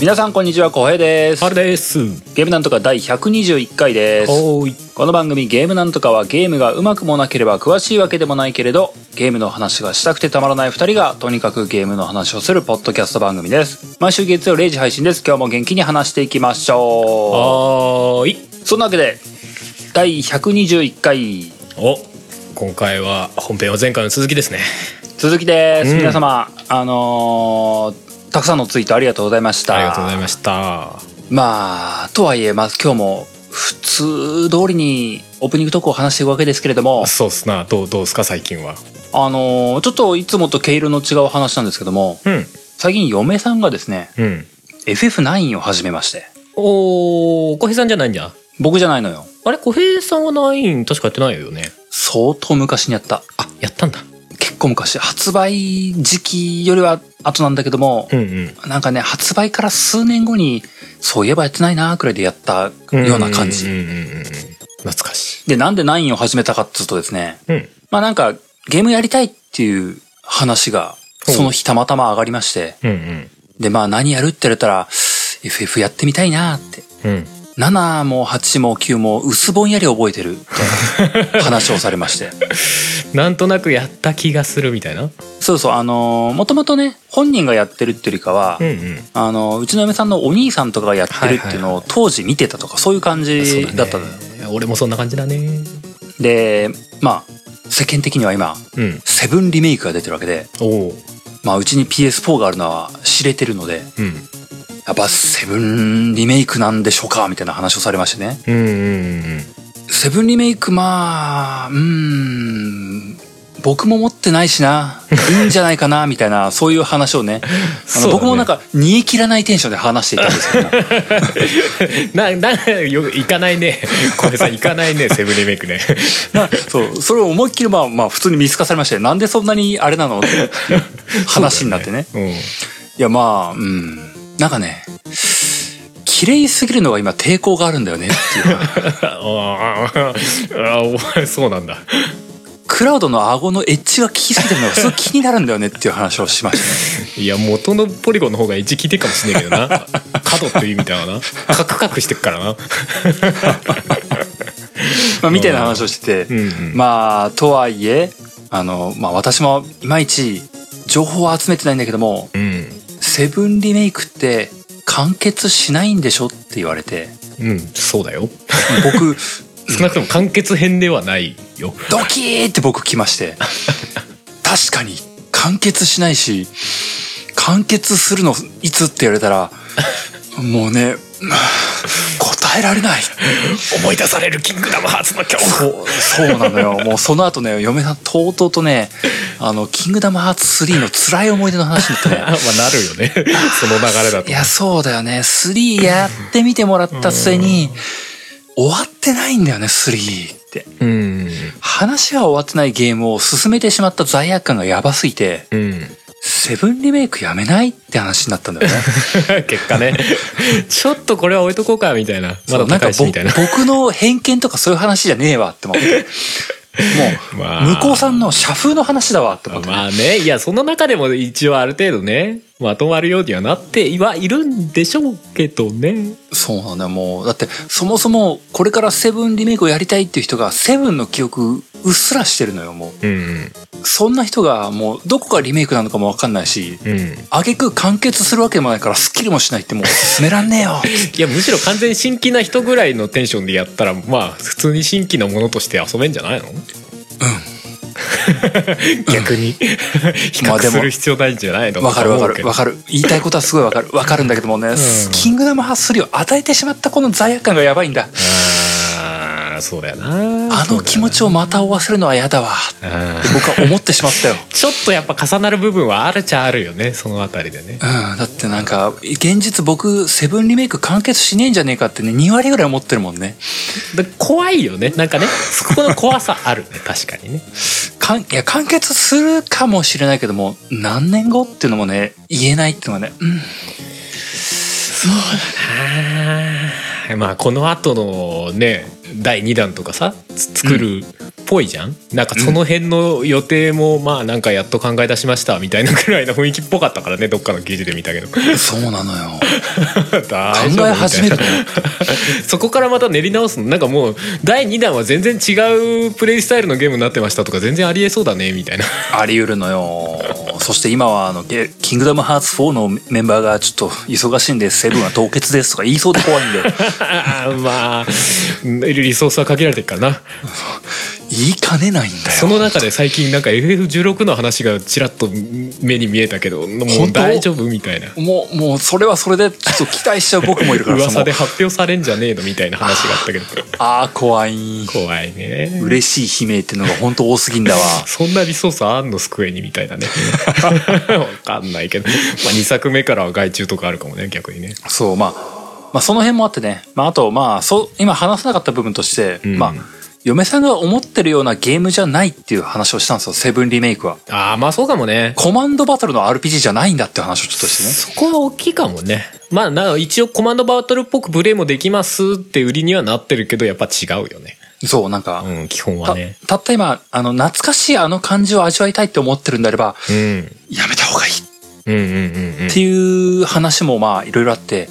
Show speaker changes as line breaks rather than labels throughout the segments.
皆さんこんにちは、こうへいです
あ。れです。
ゲームなんとか第121回です。
おーい。
この番組ゲームなんとかはゲームがうまくもなければ詳しいわけでもないけれど、ゲームの話がしたくてたまらない二人がとにかくゲームの話をするポッドキャスト番組です。毎週月曜0時配信です。今日も元気に話していきましょ
はーい。
う。そんなわけで、第121回
お、今回は本編は前回の続きですね。
続きです。
うん
皆様、あのーたくさんのツイートありがとうございました。
ありがとうございました。
まあとはいえまあ今日も普通通りにオープニングトークを話していくわけですけれども
そうっすな。どうどうっすか最近は。
あのーちょっといつもと毛色の違う話なんですけども
うん
最近嫁さんがですね
うん。
FF9 を始めまして
おー、小平さんじゃないんだ。
僕じゃないのよ
あれ小平さんはないん確かやってないよね。
相当昔にやった
あ、やったんだ。
結構昔発売時期よりは後なんだけども
う、んうん。
なんかね発売から数年後にそういえばやってないなーくらいでやったような感じ、
うんうんうんうん。懐かしい。
でなんで9を始めたかっつうとですね
うん。
まあなんか、ゲームやりたいっていう話が、その日たまたま上がりまして、
うんうん。
で、まあ何やるって言われたら、FF やってみたいなって。
うん。
7も8も9も薄ぼんやり覚えてるみたいな話をされま して。
なんとなくやった気がするみたいな。
そうそう、あのもともとね、本人がやってるっていうよりかは、
うんうん。
あの、うちの嫁さんのお兄さんとかがやってるっていうのを当時見てたとか、そういう感じだったのよ、
ね。俺もそんな感じだね。
で、まあ、世間的には今、
うん。
セブンリメイクが出てるわけで、
おー。
まあうちに PS4 があるのは知れてるので、
うん。
やっぱセブンリメイクなんでしょうかみたいな話をされましてね。
うんうんうん。
セブンリメイクまあ、うーん、僕も持ってないしな、いいんじゃないかな、 みたいな、そういう話をね、あ
そう
の
だね
僕もなんか、煮え切らないテンションで話していたんですけど、
な、な、よ、行かないね。小平さん行かないね、セブンリメイクね。
なそう、それを思いっきりまあ、まあ、普通に見透かされまして、なんでそんなにあれなのっていう話になってね。
う
いやまあ、うん、なんかね、綺麗すぎるのが今抵抗があるんだよねっていう。
ん。ああ、ああ、そうなんだ。
クラウドの顎のエッジが効きすぎてるの がすごい気になるんだよねっていう話をしましたね。
いや、元のポリゴンの方が一聞いてるかもしれないけどな。角っていう意味だわな。カクカクしてっからな。
まあ、みたいな話をして
う
て。
ん、うん。
まあ、とはいえ、あの、まあ私もいまいち情報は集めてないんだけども、
うん。
セブンリメイクって完結しないんでしょって言われて、
うん、そうだよ。
僕、
少なくとも完結編ではないよ。
ドキーって僕来まして、確かに完結しないし、完結するのいつって言われたら、もうね、 答えられない。
思い出されるキングダムハーツの恐怖。
そうそうなのよ。もうその後ね、嫁さんとうとうとね、あの、キングダムハーツ3の辛い思い出の話になって
あま
ね。
あ、なるよね。その流れだ と
い。や、そうだよね。3やってみてもらった末に、終わってないんだよね、3って。
うん。
話が終わってないゲームを進めてしまった罪悪感がやばすぎて、
うん。
セブンリメイクやめないって話になったんだよ ね。
結果 ね。ちょっとこれは置いとこうか、みたいな。ま
そ
だ
うなん
高
か
いし、みたいな。
ぼ僕の偏見とかそういう話じゃねえわって思 って。もう、
まあ
向こうさんの社風の話だわって思って。
まあね、いや、その中でも一応ある程度ね、まとまるようにはなってはいるんでしょうけどね。
そうなんだよ、もう。だって、そもそも、これからセブンリメイクをやりたいっていう人が、セブンの記憶、うっすらしてるのよ、も
うん。
う。そんな人が、もう、どこがリメイクなのかもわかんないし、
うん。
挙句完結するわけでもないから、スッキリもしないって、もう、進めらんねえ よ。
いや、むしろ完全に新規な人ぐらいのテンションでやったら、まあ、普通に新規なものとして遊べんじゃない のうん。逆に。比
まあ
較
でも
する必要ないんじゃないの
わかるわか
と
る、
思
わ
う
かる。言いたいことはすごいわかる。わかるんだけどもね、キングダムハース3を与えてしまったこの罪悪感がやばいんだ。
けどああ、そうだよな。
あの気持ちをまた負わせるのは嫌だわ。
そうだよな。うん
僕は思ってしまったよ。
ちょっとやっぱ重なる部分はあるっちゃあるよね、そのあたりでね。
うん、だってなんか、現実僕、セブンリメイク完結しねえんじゃねえかってね、2割ぐらい思ってるもんね。
で怖いよねなんかねそこの怖さ あるね確かにね
かん、いや、完結するかもしれないけども、何年後っていうのもね、言えないっていうのはね、うん、
そうだなまあこの後のね第2弾とかさつ作るっぽいじゃん、なんかその辺の予定もまあなんかやっと考え出しましたみたいなぐらいの雰囲気っぽかったからねどっかの記事で見たけど
そうなのよ。
大丈夫
考え始めると
みたいな そこからまた練り直すのなんかもう第2弾は全然違うプレイスタイルのゲームになってましたとか全然ありえそうだねみたいな
あり得るのよ。そして今はあの、ゲキングダムハーツ4のメンバーがちょっと忙しいんで、セブンは凍結ですとか言いそうで怖いん で、
まあリソースは限られてるからな
言いかねないんだ
そ
よ。
の中で最近なんか FF16 の話がちらっと目に見えたけどもう
本当
大丈夫みたいな
もう、もうそれはそれで、ちょっと期待しちゃう僕もいるから、そ
噂
の
で発表されんじゃねえのみたいな話があったけど
ああ、怖い。
怖いね
嬉しい悲鳴ってのが本当多すぎんだわ。
そんなリソースあんのスクエニみたい なねわかんないけど、まあ、2作目からは外注とかあるかもね逆にね
そう、まあ、まあ、その辺もあってね。まあ、あと、まあ、そう、今話さなかった部分として、
ん
まあ、嫁さんが思ってるようなゲームじゃないっていう話をしたんですよ、セブンリメイクは。
ああまあそうかもね
コマンドバトルの RPG じゃないんだって話をちょっとしてね。
そこは大きいかもねまあなんか一応コマンドバトルっぽくプレイもできますって売りにはなってるけどやっぱ違うよね
そう、なんか、
うん基本は
た
ね
たった今、あの、懐かしいあの感じを味わいたいって思ってるんであれば、
うん
やめた方がいいっ
うんうんうんうん
ていう話もまあ、いろいろあって、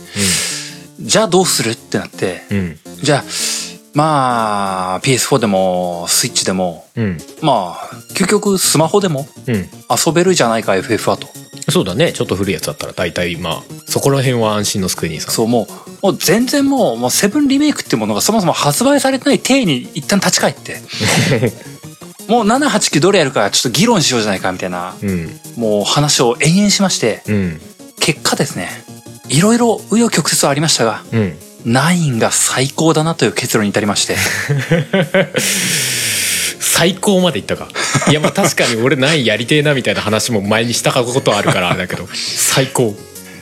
じゃあどうするってなって、
うん
じゃあ、まあ、PS4 でも、スイッチでも、
うん
まあ、究極スマホでも
うん
遊べるじゃないか FF はと
そうだねちょっと古いやつだったら大体まあそこら辺は安心のスクエニーさん
そうもうもう全然もうもうセブンリメイクってものがそもそも発売されてない体に一旦立ち返って もう789どれやるかちょっと議論しようじゃないかみたいな
うん
もう話を延々しまして
うん
結果ですねいろいろ紆余曲折はありましたが
うん
9が最高だなという結論に至りま して
最高までいったかいやまあ確かに俺ないやりてえなみたいな話も前にしたことあるからあれだけど最高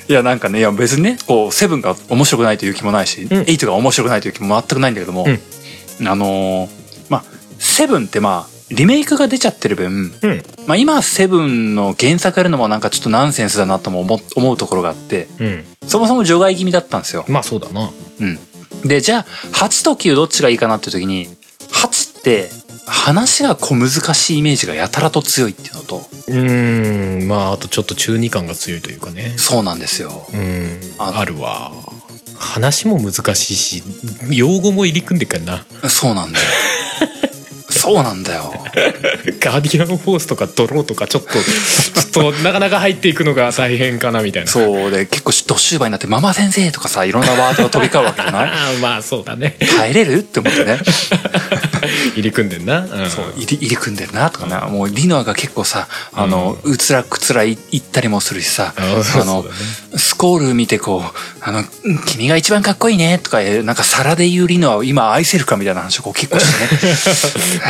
いやなんかねいや別にねこうセブンが面白くないという気もないし、
ん
エイ8が面白くないという気も全くないんだけども、あのーまあセブンってまあリメイクが出ちゃってる分、
うん
まあ、今セブンの原作やるのもなんかちょっとナンセンスだなとも思思うところがあって
うん
そもそも除外気味だったんですよ、
まあそうだな
うん、でじゃあ8と9どっちがいいかなっていう時に8って話が小難しいイメージがやたらと強いっていうのと
うーんまああとちょっと中二感が強いというかね
そうなんですよ
うん
あ
あるわ話も難しいし用語も入り組んでっからな
そうなんだよそうなんだよ
ガーディアンフォースとかドローとかちょっとちょっとなかなか入っていくのが大変かなみたいな
そうで結構ド終盤になって「ママ先生」とかさいろんなワードが飛び交うわけじゃない
ああまあそうだね
耐えれるって思ってね
入り組んでんな、うん、
そう入り入り組んでるなとかな、もうリノアが結構さあの、うつらくつらい行ったりもするしさ
あそう
の
そうだ
スコール見てこう「あのうん君が一番かっこいいね」とかえなんか皿で言うリノアを今愛せるかみたいな話をこう結構してね
おーそうだね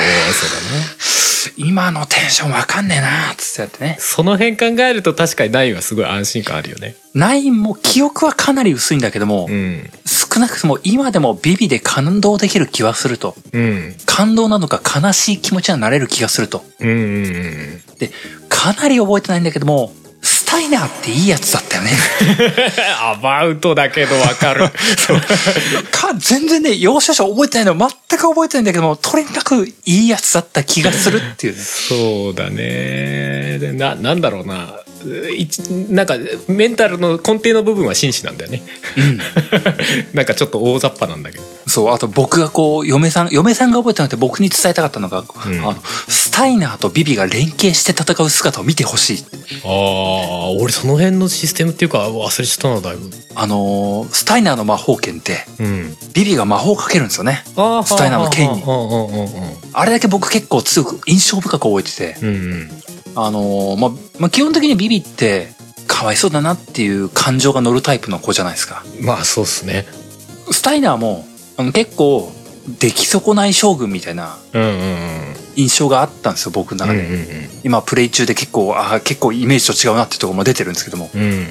今のテンションわかんねえなっつってやってね
その辺考えると確かにナインはすごい安心感あるよね
ナインも記憶はかなり薄いんだけども、
うん
少なくとも今でもビビで感動できる気はすると
うん
感動なのか悲しい気持ちにはなれる気がすると
うんうんうん
でかなり覚えてないんだけどもスタイナーっていいやつだったよ ね
アバウトだけどわかる
か全然ね要所々覚えてないの全く覚えてないんだけどもとにかくいいやつだった気がするっていうね
そうだねでななんだろうな一なんかメンタルの根底の部分は紳士なんだよね、なんかちょっと大雑把なんだけど
そうあと僕がこう嫁さん嫁さんが覚えてなくて僕に伝えたかったのが、
ん
あのスタイナーとビビが連携して戦う姿を見てほしい
ああ俺その辺のシステムっていうか忘れちゃったなだいぶ
あのースタイナーの魔法剣って
うん
ビビが魔法をかけるんですよね
あ
スタイナーの剣に
うんうんうんうん
あれだけ僕結構強く印象深く覚えてて
うんうん
あのーまあ、まあ、基本的にビビって、かわいそうだなっていう感情が乗るタイプの子じゃないですか。
まあそうっすね
スタイナーも、あの結構、出来損ない将軍みたいな
うんうんうん
印象があったんですよ、僕の
う
中
ん
で。今、プレイ中で結構、あー結構イメージと違うなってところも出てるんですけども、
うんうん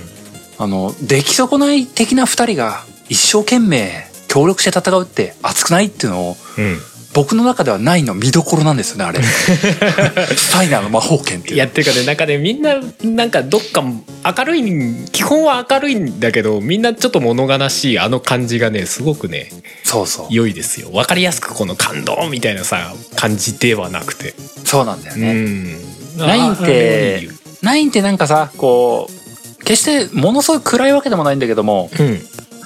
あの、出来損ない的な二人が、一生懸命、協力して戦うって熱くないっていうのを、
うん
僕の中ではないの見どころなんですよねあれスタイナーの魔法剣っていう
いやっていうかねなんかねみんななんかどっか明るいん基本は明るいんだけどみんなちょっと物悲しいあの感じがねすごくね
そうそう
良いですよ分かりやすくこの感動みたいなさ感じではなくて
そうなんだよ
う
ね、
ん
ナインってナインってなんかさこう決してものすごい暗いわけでもないんだけども
うんうん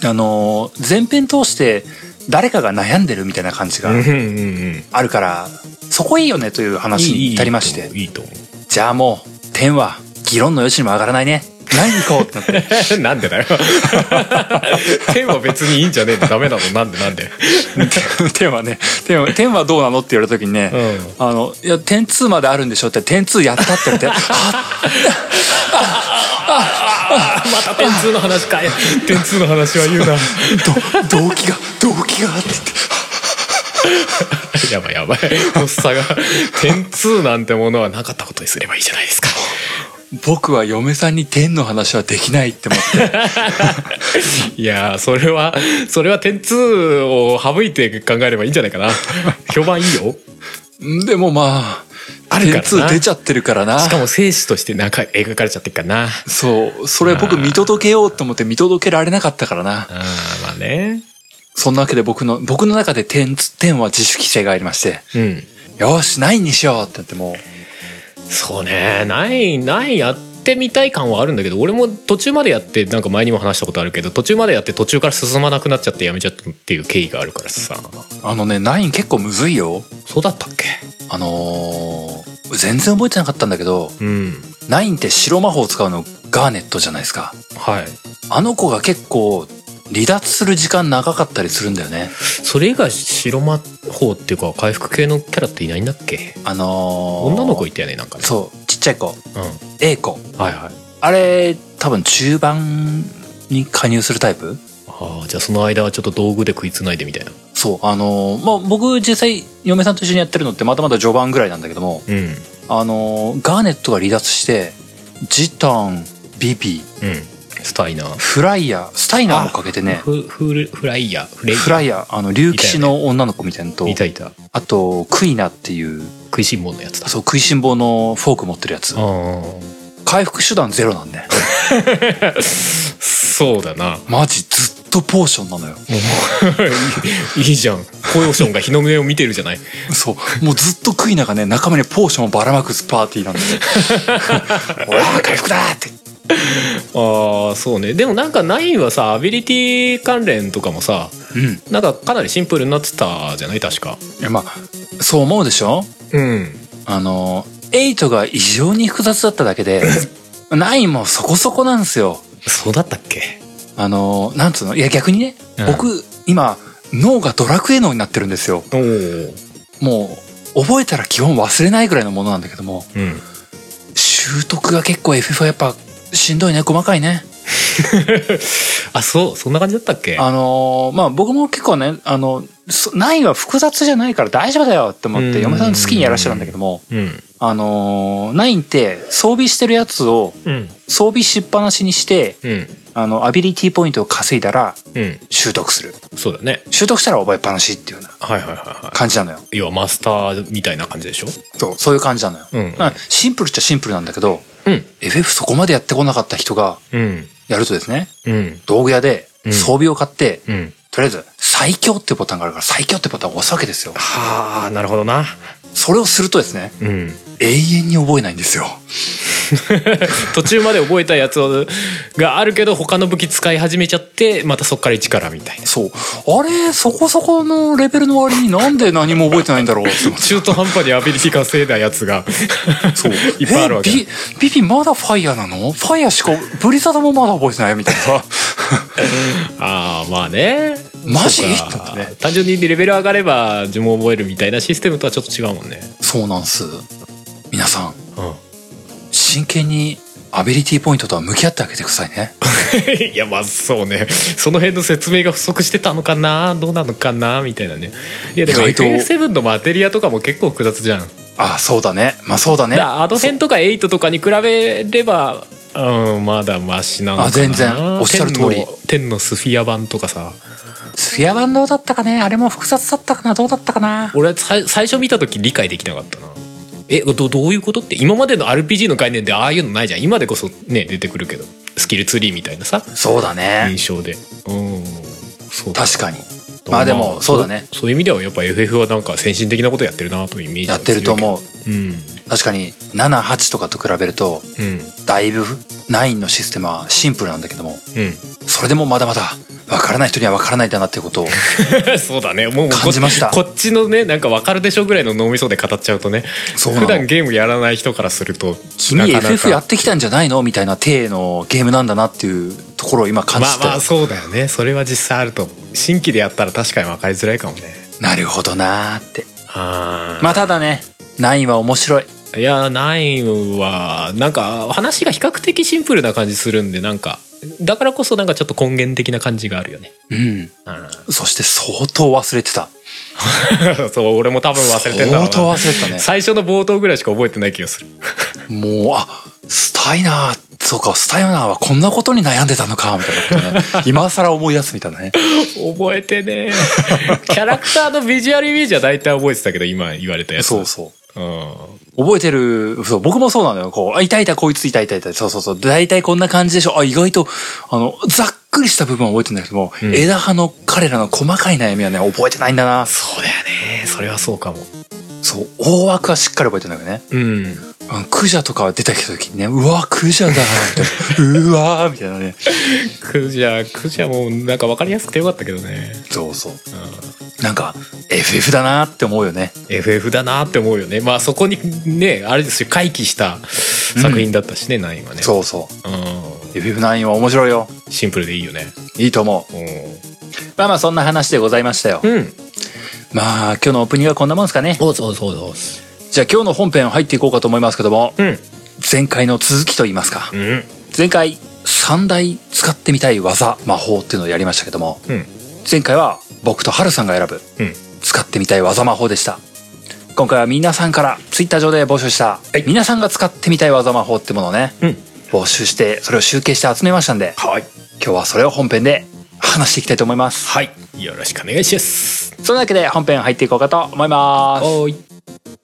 あのー前編通して誰かが悩んでるみたいな感じが
うんうん
あるから、そこいいよねという話に至りまして
いいと思ういい
じゃあもう天は議論の余地にも上がらないね何に行こうってなって
と思うなんでだよ天は別にいいんじゃねえのダメなのなんでなんで
天はね天は天はどうなのって言われた時にね、
うん
あの、いや、点2まであるんでしょって、点2やったって言われて、は
あまた天通の話か天通の話は言うな
っど動機が、動機がって言って、
やばいやばい発作が天通なんてものはなかったことにすればいいじゃないですか
僕は嫁さんに点の話はできないって思って、
いやーそれはそれは天通を省いて考えればいいんじゃないかな評判いいよ
んでもまあ、
あるか
点
らな
2出ちゃってるからな。
しかも生死としてなんか描かれちゃってるからな
そう、それ僕見届けようと思って見届けられなかったからな。
あーまあね
そんなわけで僕の、僕の中で点、点は自主規制がありまして、
うん
よーし、ないにしようってなっても
そうねないないやってみたい感はあるんだけど俺も途中までやってなんか前にも話したことあるけど途中までやって途中から進まなくなっちゃってやめちゃったっていう経緯があるからさ
う、あのね、9結構むずいよ。
そうだったっけ
あのー全然覚えてなかったんだけど、
うん
ナインって白魔法を使うのガーネットじゃないですか。
はい
あの子が結構離脱する時間長かったりするんだよね。
それ以外白魔法っていうか回復系のキャラっていないんだっけ
あのー
女の子いたよねなんかね
そう、ちっちゃい子、
うん
A 子。
はいはい
あれ、多分中盤に加入するタイプ
ああじゃあその間はちょっと道具で食いつないでみたいな
そう、あのーまあ、僕実際嫁さんと一緒にやってるのってまだまだ序盤ぐらいなんだけども、
うんうん
あのーガーネットが離脱して、ジタン、ビビ、
スタイナー
フライヤー、スタイナーもかけてね、
フフルフライヤーフレイ
フライヤー、あの、竜騎士の女の子みたいなのと、
いたいた
あと、クイナっていう、
食いしん坊のやつだ
そう、食いしん坊のフォーク持ってるやつ。
あ
回復手段ゼロなんで。
あそうだな
マジずっとポーションなのよ。
もう いいじゃんコヨションが日の目を見てるじゃない
そう。もうずっとクイナがね、仲間にポーションをばらまくパーティー なんで。おら、回復だーって。
ああそうねでもなんかナインはさアビリティ関連とかもさ
うん。い
なんかかなりシンプルになってたじゃない確か
や、まあ、そう思うでしょ
うん
あの、エイトが異常に複雑だっただけ で、ナインもそこそこなんですよ。
そうだったっけ
あの、なんつうのいや、逆にね、
うん
僕、今、脳がドラクエ脳になってるんですよ。
おお
もう、覚えたら基本忘れないぐらいのものなんだけども、
うん
習得が結構 FF はやっぱしんどいね細かいね
あそうそんな感じだったっけ
あのーまあ僕も結構ねあのそないは複雑じゃないから大丈夫だよって思って
うん
嫁さん好きにやらしてたんだけども
うん
あのーナインって装備してるやつを
うん
装備しっぱなしにして
うん
あのアビリティポイントを稼いだら
うん
習得する
そうだね
習得したら覚えっぱなしっていうような
はいはいはいは
感じなのよ
い要はマスターみたいな感じでしょ
そうそういう感じなのよ、
うん
まあシンプルっちゃシンプルなんだけど
うん
FF そこまでやってこなかった人が
うん
やるとですね
うん
道具屋で
うん
装備を買って、
うん
とりあえず、最強ってボタンがあるから、最強ってボタンを押すわけですよ。
はあなるほどな
それをするとですね、
うん
永遠に覚えないんですよ。
途中まで覚えたやつをがあるけど他の武器使い始めちゃってまたそっから一からみたいな
そう。あれ、そこそこのレベルの割になんで何も覚えてないんだろうって思って。
中途半端にアビリティ稼いだやつが
そう。
いっぱいあるわけ
えビビビまだファイヤーなのファイヤーしか、ブリザードもまだ覚えてないみたいな。
ああまあね
マジ
そう
だっ
か
てね
単純にレベル上がれば呪文覚えるみたいなシステムとはちょっと違うもんね
そうなんす。皆さん、
う
真剣にアビリティポイントとは向き合ってあげてくださいね。
ん いやまあそうねその辺の説明が不足してたのかなどうなのかなみたいなねいやでも
意外と
FF7 のマテリアとかも結構複雑じゃん
あ、そうだね。まあそうだね。
だからアド編とか8とかに比べればうんまだマシなのかな
あ全然おっしゃる通り
天の天のスフィア版とかさ
スフィア版どうだったかねあれも複雑だったかなどうだったかな
俺はさい最初見た時理解できなかったなえどどういうことって今までの RPG の概念でああいうのないじゃん今でこそね出てくるけどスキルツリーみたいなさ
そうだね
印象でうんそうだ
確かにまあでもそうだね
そうそういう意味ではやっぱ FF はなんか先進的なことやってるなというイメージ
やってると思う
ううん
確かに78とかと比べると
うん
だいぶ9のシステムはシンプルなんだけども
う
それでもまだまだ分からない人には分からないんだなっていう ことを
ん そうだねもうもうこ
感じました
こっちのねなんかわかるでしょぐらいの脳みそで語っちゃうとね
そうなの
普段ゲームやらない人からすると
君
なかなか
FF やってきたんじゃないのみたいな体のゲームなんだなっていうところを今感じ
まあ
て、
まあそうだよねそれは実際あると思う新規でやったら確かに分かりづらいかもね
なるほどなーって
あ
まあただね9は面白い
あいや9はなんか話が比較的シンプルな感じするんでなんかだからこそなんかちょっと根源的な感じがあるよね
うん
あ
そして相当忘れてた
ー そう俺も多分忘れてんだろ
相
うな
当忘れてたね
最初の冒頭ぐらいしか覚えてない気がする
もうあスタイナーそうかスタイナーはこんなことに悩んでたのかみたいな、ね、 今更思い出すみたいなね
覚えてねえキャラクターのビジュアルイメージは大体覚えてたけど今言われたやつ
そうそう
うん
覚えてる、そう、僕もそうなのよ。こう、あ、いたいた、こいついたいたいた、そうそうそう。大体こんな感じでしょ。あ、意外と、あの、ざっくりした部分は覚えてるんだけども、
ん
枝葉の彼らの細かい悩みはね、覚えてないんだな。
そうだよねそれはそうかも
そう、大枠はしっかり覚えてるんだけどね。
うん
あのクジャとか出てきた時にね、うわ、クジャだみたいな。 うわーみたいなね。
クジャクジャもなんか分かりやすくてよかったけどね、
そうそう。
う
なんか、FF だなって思うよね。
ん、FF だなって思うよねまあそこにねあれですよ回帰した作品だったしね、ナインはね、
そうそうう。FF9 は面白いよ。
ん、シンプルでいいよね
いいと思う。まあまあ、そんな話でございましたよ。
うん
まあ、今日のオープニングはこんなもんですかね。
そうそうそうそう
じゃあ今日の本編入っていこうかと思いますけども、
うん
前回の続きといいますか、
うん
前回3大使ってみたい技魔法っていうのをやりましたけども
うん
前回は僕とハルさんが選ぶ
うん
使ってみたい技魔法でした今回は皆さんからツイッター上で募集した、皆さんが使ってみたい技魔法ってものをね
うん
募集してそれを集計して集めましたんで
はい
今日はそれを本編で話していきたいと思います
はいよろしくお願いします
そのわけで本編入っていこうかと思います
はい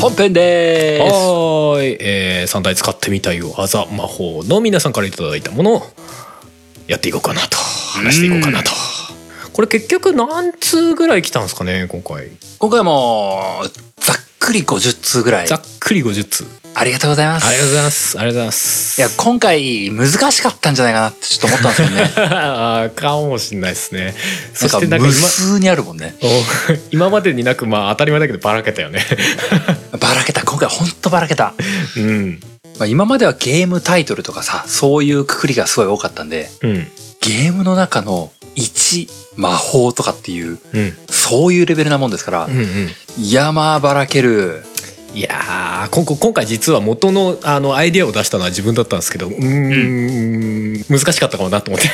本編でーす
はーい、えー、3体使ってみたい技魔法の皆さんからいただいたものをやっていこうかなと話していこうかなとこれ結局何通ぐらい来たんですかね今回
今回もざっくり50通ぐらい
ざっくり50通
ありがとうございます
ありがとうございますありがとうございま
い
す。
や、今回難しかったんじゃないかなってちょっと思ったんですよね
あーかもしんないですね そして
な
なんん
か
か
無
今
数にあるもんね。
お 今までになくまあ当たり前だけどばらけたよね
ばらけた、今回ほんとばらけた。
うん
まあ、今まではゲームタイトルとかさ、そういうくくりがすごい多かったんで、
うん
ゲームの中の1魔法とかっていう、
うん
そういうレベルなもんですから
う、んうん
山ばらける。
いやーここ今回実は元のあのアイデアを出したのは自分だったんですけどうーん難しかったかもなと 思って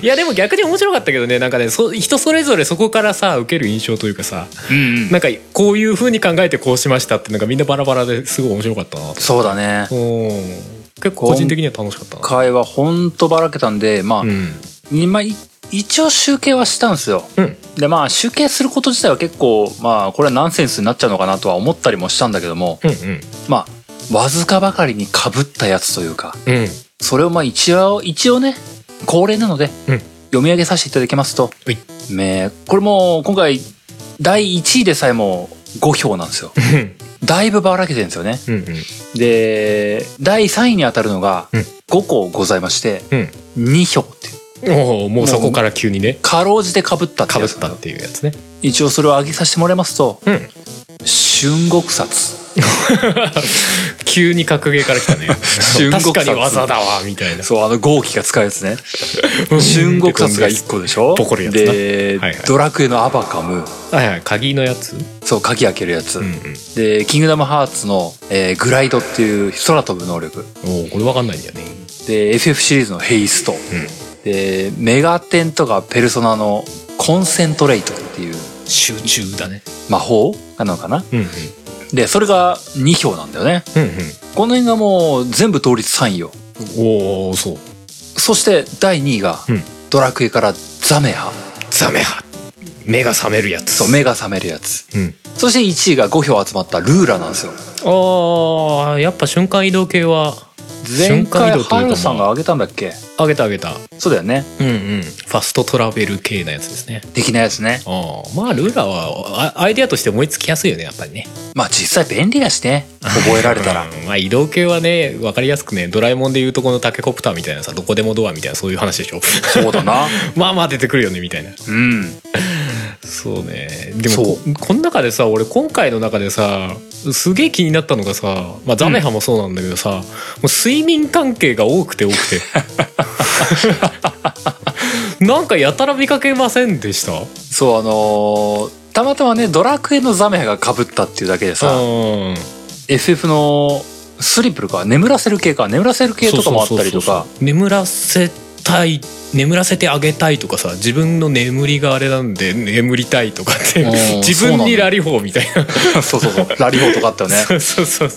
いやでも逆に面白かったけどねなんかねそ人それぞれそこからさ受ける印象というかさ
うん
なんかこういう風に考えてこうしましたってなんかみんなバラバラですごい面白かったなと
そうだね。
うん結構個人的には楽しかった
今回はほんとばらけたんで、まあ、
なうん
にまあい一応集計はしたんですよ。
うん
でまあ集計すること自体は結構まあこれはナンセンスになっちゃうのかなとは思ったりもしたんだけども
うんうん
まあわずかばかりにかぶったやつというか
うん
それをまあ一応一応ね恒例なので
うん
読み上げさせていただきますと、
はい
ねこれもう今回第1位でさえも5票なんですよだいぶばらけてるんですよね
うんうん
で第3位に当たるのが
うん
5個ございまして
うん
2票っていう
おーもうそこから急にね
かろうじてかぶったって
かぶ
や
っ
つ
たっていうやつね
一応それを挙げさせてもらいますと
うん
春国殺
聞急に格ゲーから来 たね
瞬刻殺
確かに技だわみたいな
そうあの豪気が使うやつね春国殺が1個でしょ
ポコるやつな
で、
はいはい
ドラクエのアバカム
はいはい鍵のやつ
そう鍵開けるやつ、
うんうん
でキングダムハーツの、えーグライドっていう空飛ぶ能力
おーこれ分かんないんだよね
で FF シリーズのヘイスト
うん
でメガテンとかペルソナのコンセントレイトっていう
集中だね
魔法なのかな
うんうん
でそれが2票なんだよね
うん
この辺がもう全部同率3位よ
うんおおそう
そして第2位が、
うん
ドラクエからザメハ
ザメハ目が覚めるやつ
そう目が覚めるやつ
うん
そして1位が5票集まったルーラなんですよ
あーやっぱ瞬間移動系は
前
瞬間移
回
動と
ハ
いう
ル
か
さんが
まあ
挙げたんだっけ
上げた上げた
そうだよね
うんうんファストトラベル系なやつですね
的なやつね
ああまあルーラーはあアイデアとして思いつきやすいよねやっぱりね
まあ実際便利だしね覚えられたら
うんまあ移動系はね分かりやすくねドラえもんでいうとこのタケコプターみたいなさどこでもドアみたいなそういう話でしょ
そうだな
まあまあ出てくるよねみたいな
うん
そうねで
そ
も
う
ここの中でさ俺今回の中でさすげえ気になったのがさ、まあ、ザメハもそうなんだけどさ、もう睡眠関係が多くて多く てなんかやたら見かけませんでした
そうあのーたまたまねドラクエのザメハがかぶったっていうだけでさ、
うん
FF のスリプルか眠らせる系か眠らせる系とかもあったりと
そうそうそう
か
そう眠らせたい眠らせてあげたいとかさ自分の眠りがあれなんで眠りたいとかって
うん
自
そうな
分
んだ
にラリホーみたい な
そうそうそうラリホーとかあったよね
そうそうそう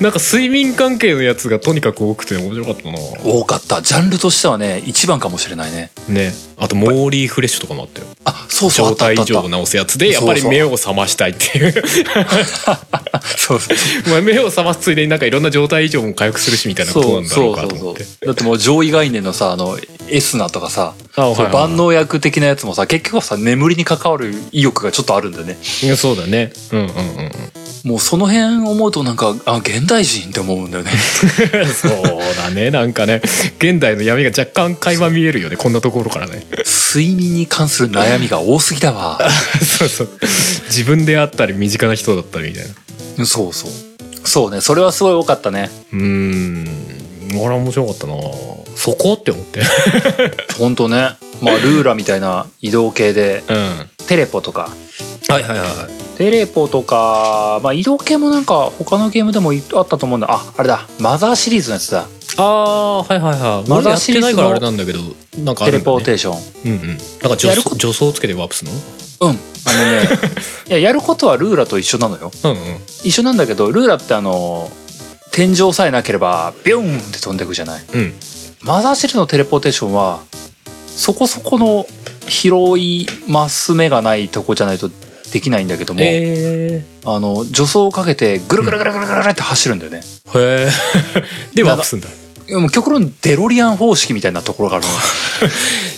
なんか睡眠関係のやつがとにかく多くて面白かったな
多かったジャンルとしてはね一番かもしれないね
ねあとモーリーフレッシュとかもあったよ
あそうそうあ
状
ったあ
態
ったあ
異
った
常を直すやつでやっぱり
そうそう
目を覚ましたいっていう
そうそう
まあ目を覚ますついでになんかいろんな状態異常も回復するしみたいなことなんだろうかと思って
だってもう上位概念のさあのエスナとかさ
あはいはい
そう万能薬的なやつもさ結局はさ眠りに関わる意欲がちょっとあるんだよね
いやそうだねうんうんうん
もうその辺思うとなんかあ現代人って思うん だよね
そうだねなんかね現代の闇が若干垣間見えるよねこんなところからね
睡眠に関する悩みが多すぎだわ
そうそう自分であったり身近な人だったりみたいな
そうそうそうねそれはすごい多かったね
うーんあら面白かったなそこって思って
ほんとねまあルーラみたいな移動系で
うんは
テレポとか
いはいはい
テレポとか、まあ、移動系もなんか他のゲームでもいあったと思うんだああれだマザーシリーズのやつだ
あーはいはいはい
ま
ま
だ
だやってないから
シ
あ
リーズの
れなんだけどなんかあ
テ
る
レ
んだ、
ポ
ね、
ーテーション
うんうんなんか助
やるこ
走助走をつけてワープする
うんあのね いややることはルーラと一緒なのよ
のうんうん
一緒なんだけどルーラってあの天井さえなければビューンって飛んでいくじゃない
うん
マザーシリーズのテレポーテーションはそこそこの広いマス目がないとこじゃないとできないんだけども、
え
あの助走をかけてぐるぐるぐるぐるぐるって走るんだよね、
ー、へえ でワープするんだ
いやもう極論デロリアン方式みたいなところ があるの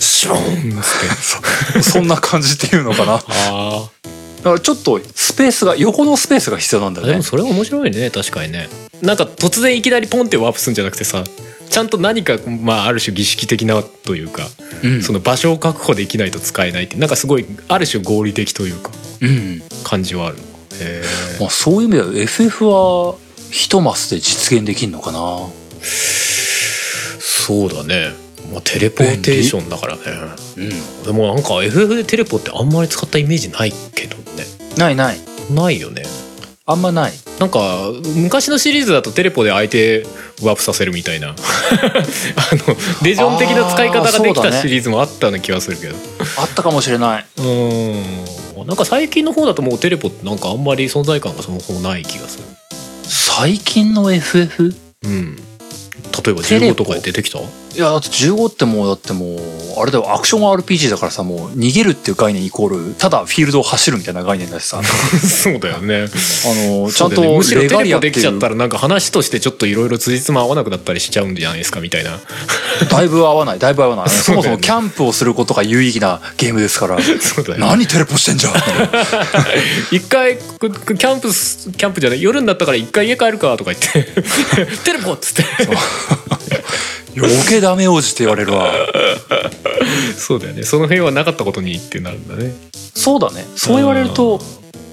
シューンっつって
そんな感じっていうのかな。だか
あ
らちょっとスペースが、横のスペースが必要なんだ
あで
ね
も。それ面白いね確かにねなんか突然いきなりポンってワープするんじゃなくてさちゃんと何か、まあ、ある種儀式的なというか、
うん
その場所を確保できないと使えないってなんかすごいある種合理的というか
うん。
感じはあるへえ
まあそういう意味では FF は一マスで実現できんのかな。
そうだね、まあ、テレポーテーションだからね
うん。
でもなんか FF でテレポってあんまり使ったイメージないけどね
ないない。
ないよね
あんまない。
なんか昔のシリーズだとテレポで相手ワープさせるみたいな あのデジョン的な使い方ができ
あーそうだ
た
ね
シリーズもあったような気がするけど
あったかもしれない。
う,、んなんか最近の方だともうテレポってなんかあんまり存在感がそもそもない気がする
最近の FF?
うん例えば
テレ
15
ポ
とかで出てきた
いや、だって15ってもう、だってもう、あれだよ、アクション RPG だからさ、もう逃げるっていう概念イコール、ただフィールドを走るみたいな概念だし さ、あ
そうだよね
の、ちゃんと
そうだよねむしろ
レガ
テレ
リア
ポ
って
できち
い
ゃっ
う
た、らなんか話としてちょっといろいろ辻褄合わなくなったりしちゃうんじゃないですかみたいな
だいぶ合わない、だいぶ合わない。そ
そうだよ
も
ね
そもキャンプをすることが有意義なゲームですから。
そうだよね
何テレポしてんじゃん
一回くくキャンプすキャンプじゃない夜になったから一回家帰るかとか言 ってテレポっつって
余計ダメ王子って言われるわ
そうだよねその辺はなかったことにってなるんだね
そうだねそう言われると